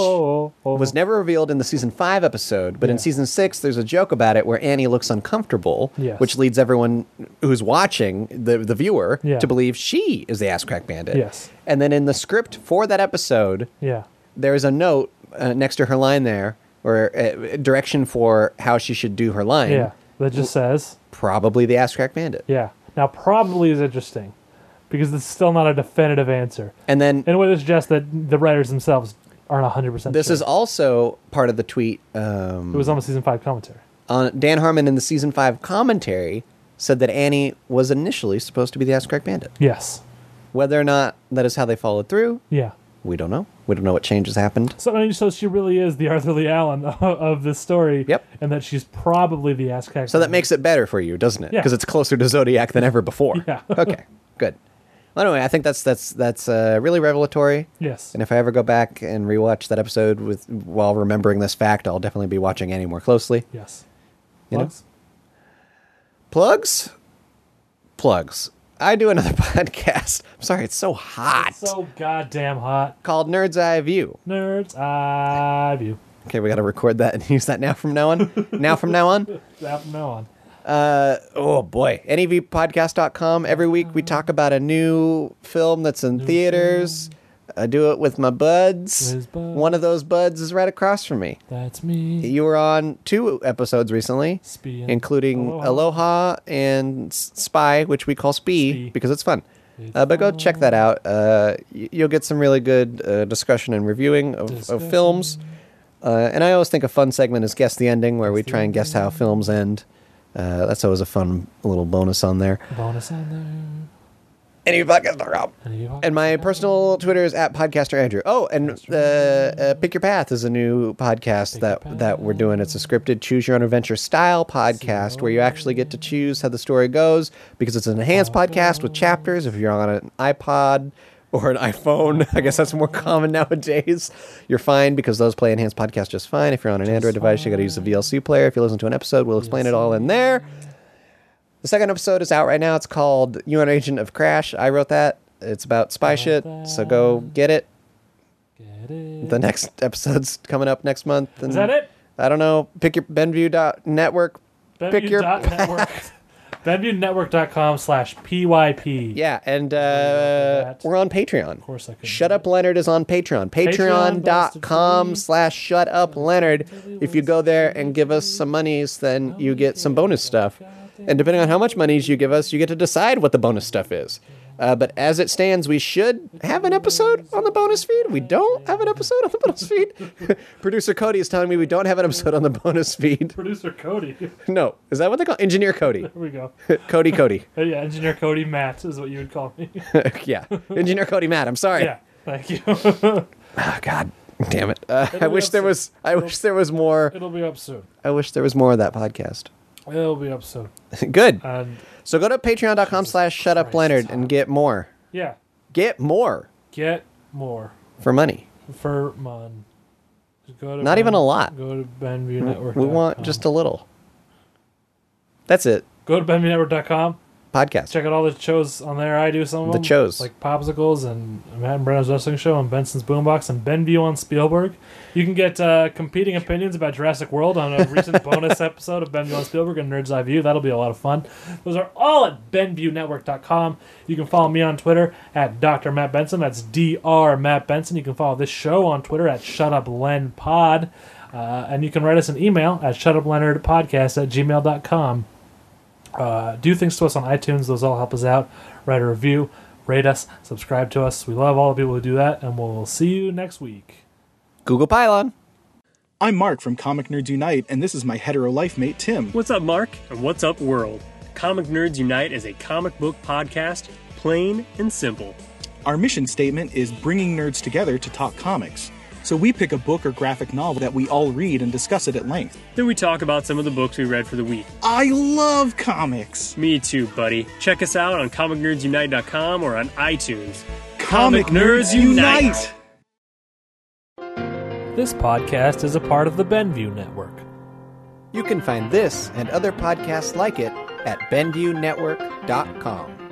Was
never.
never revealed in the season five episode, but in
Yeah.
season six, there's a joke about it where Annie looks uncomfortable,
Yes.
which leads everyone who's watching the the viewer
Yeah.
to believe she is the ass crack bandit.
Yes.
And then in the script for that episode,
Yeah.
there's a note uh, next to her line there or uh, direction for how she should do her line.
Yeah. That just says.
Probably the ass crack bandit.
Yeah. Now, probably is interesting because it's still not a definitive answer.
And then
In a way, that suggests that the writers themselves aren't 100%.
This
sure.
is also part of the tweet. Um,
It was on the season five commentary.
on Dan Harmon in the season five commentary said that Annie was initially supposed to be the Ask Crack Bandit.
Yes.
Whether or not that is how they followed through,
Yeah.
we don't know. We don't know what changes happened.
So, I mean, so she really is the Arthur Lee Allen of this story.
Yep.
And that she's probably the ass crack.
So that makes it better for you, doesn't it?
Yeah.
Because it's closer to Zodiac than ever before.
Yeah.
okay. Good. Well, anyway, I think that's that's that's uh, really revelatory.
Yes.
And if I ever go back and rewatch that episode with while remembering this fact, I'll definitely be watching Annie more closely.
Yes.
know?
Plugs?
Plugs, plugs. I do another podcast. I'm sorry, it's so hot.
So goddamn hot.
called Nerd's Eye View.
Nerds, I view.
Okay, we got to record that and use that now from now on. now from now on.
That from now on.
Oh boy. NEVpodcast.com. Every week we talk about a new film that's in theaters. I do it with my buds.
With buds.
One of those buds is right across from me.
That's me.
You were on two episodes recently,
Spee and
including Aloha.
Aloha.
and S- Spy, which we call Spee,
Spee.
because it's fun. Uh, but go check that out. Uh, y- you'll get some really good uh, discussion and reviewing of, of
Discussion.
films. Uh, and I always think a fun segment is Guess the Ending, where we try and guess how films end. Uh, that's always a fun little bonus on there.
Bonus on
Any podcast are out.
there. Any-
And my personal Twitter is at podcaster Andrew. Oh, and uh, uh, Pick Your Path is a new podcast that that we're doing. It's a scripted choose your own adventure style podcast where you actually get to choose how the story goes because it's an enhanced podcast with chapters. If you're on an iPod or an iPhone, I guess that's more common nowadays. You're fine because those play enhanced podcasts just fine. If you're on an Android device, you got to use a VLC player. If you listen to an episode, we'll explain it all in there. The second episode is out right now. It's called You are an Agent of Crash. I wrote that. It's about spy shit. So go get it.
Get it.
The next episode's coming up next month. And
Is that it?
I don't know. Pick your Benview dot network. Pick your
Network. BenviewNetwork.com slash PYP.
yeah, and uh,
that.
we're on Patreon. Of
course I could.
Shut Up Leonard is on Patreon.
Patreon,
Patreon.com
Boston.
slash Shut Up Leonard. If you go there and give us some monies, then you get some bonus stuff. And depending on how much monies you give us, you get to decide what the bonus stuff is. Uh, but as it stands, we should have an episode on the bonus feed. We don't have an episode on the bonus feed. Producer Cody is telling me we don't have an episode on the bonus feed.
Producer Cody. Here
No, is that what they call engineer Cody?
we go.
Cody Cody.
yeah, Engineer Cody Matt is what you would call me.
yeah, engineer Cody Matt. I'm sorry.
yeah, thank you.
Oh, God damn it! Uh, I
be
wish
up
there
soon.
was. I wish there was more.
It'll be up soon.
I wish there was more of that podcast.
It'll be up soon.
Good.
And
So go to Patreon.com/slash Shut Up
Uh, Christ,
Leonard
it's
and get more.
yeah,
Get more
get more
for money.
for Mon. Just Go to
Not even a lot.
Go to Benview Network.
We want just a little. That's it.
go to BenviewNetwork.com.
Podcast.
Check out all the shows on there. I do some of
The
them.
shows.
like Popsicles and Matt and Brennan's Wrestling Show and Benson's Boombox and Benview on Spielberg. You can get uh, competing opinions about Jurassic World on a recent bonus episode of Benview on Spielberg and Nerd's Eye View. That'll be a lot of fun. Those are all at BenviewNetwork.com. You can follow me on Twitter at Dr. Matt Benson. That's Dr. Matt Benson. You can follow this show on Twitter at ShutUpLenPod. Uh, and you can write us an email at shutupleonardpodcast at gmail.com uh, do things to us on iTunes. Those all help us out. Write a review, rate us, subscribe to us. We love all the people who do that, and we'll see you next week.
Google Pylon.
I'm Mark from Comic Nerds Unite, and this is my hetero life mate, Tim.
What's up, Mark? And what's up, world? Comic Nerds Unite is a comic book podcast, plain and simple.
Our mission statement is bringing nerds together to talk comics. So we pick a book or graphic novel that we all read and discuss it at length.
Then we talk about some of the books we read for the week.
I love comics!
Me too, buddy. Check us out on comicnerdsunite.com or on iTunes.
Comic, Nerds, Unite!
This podcast is a part of the Benview Network.
You can find this and other podcasts like it at BenviewNetwork.com.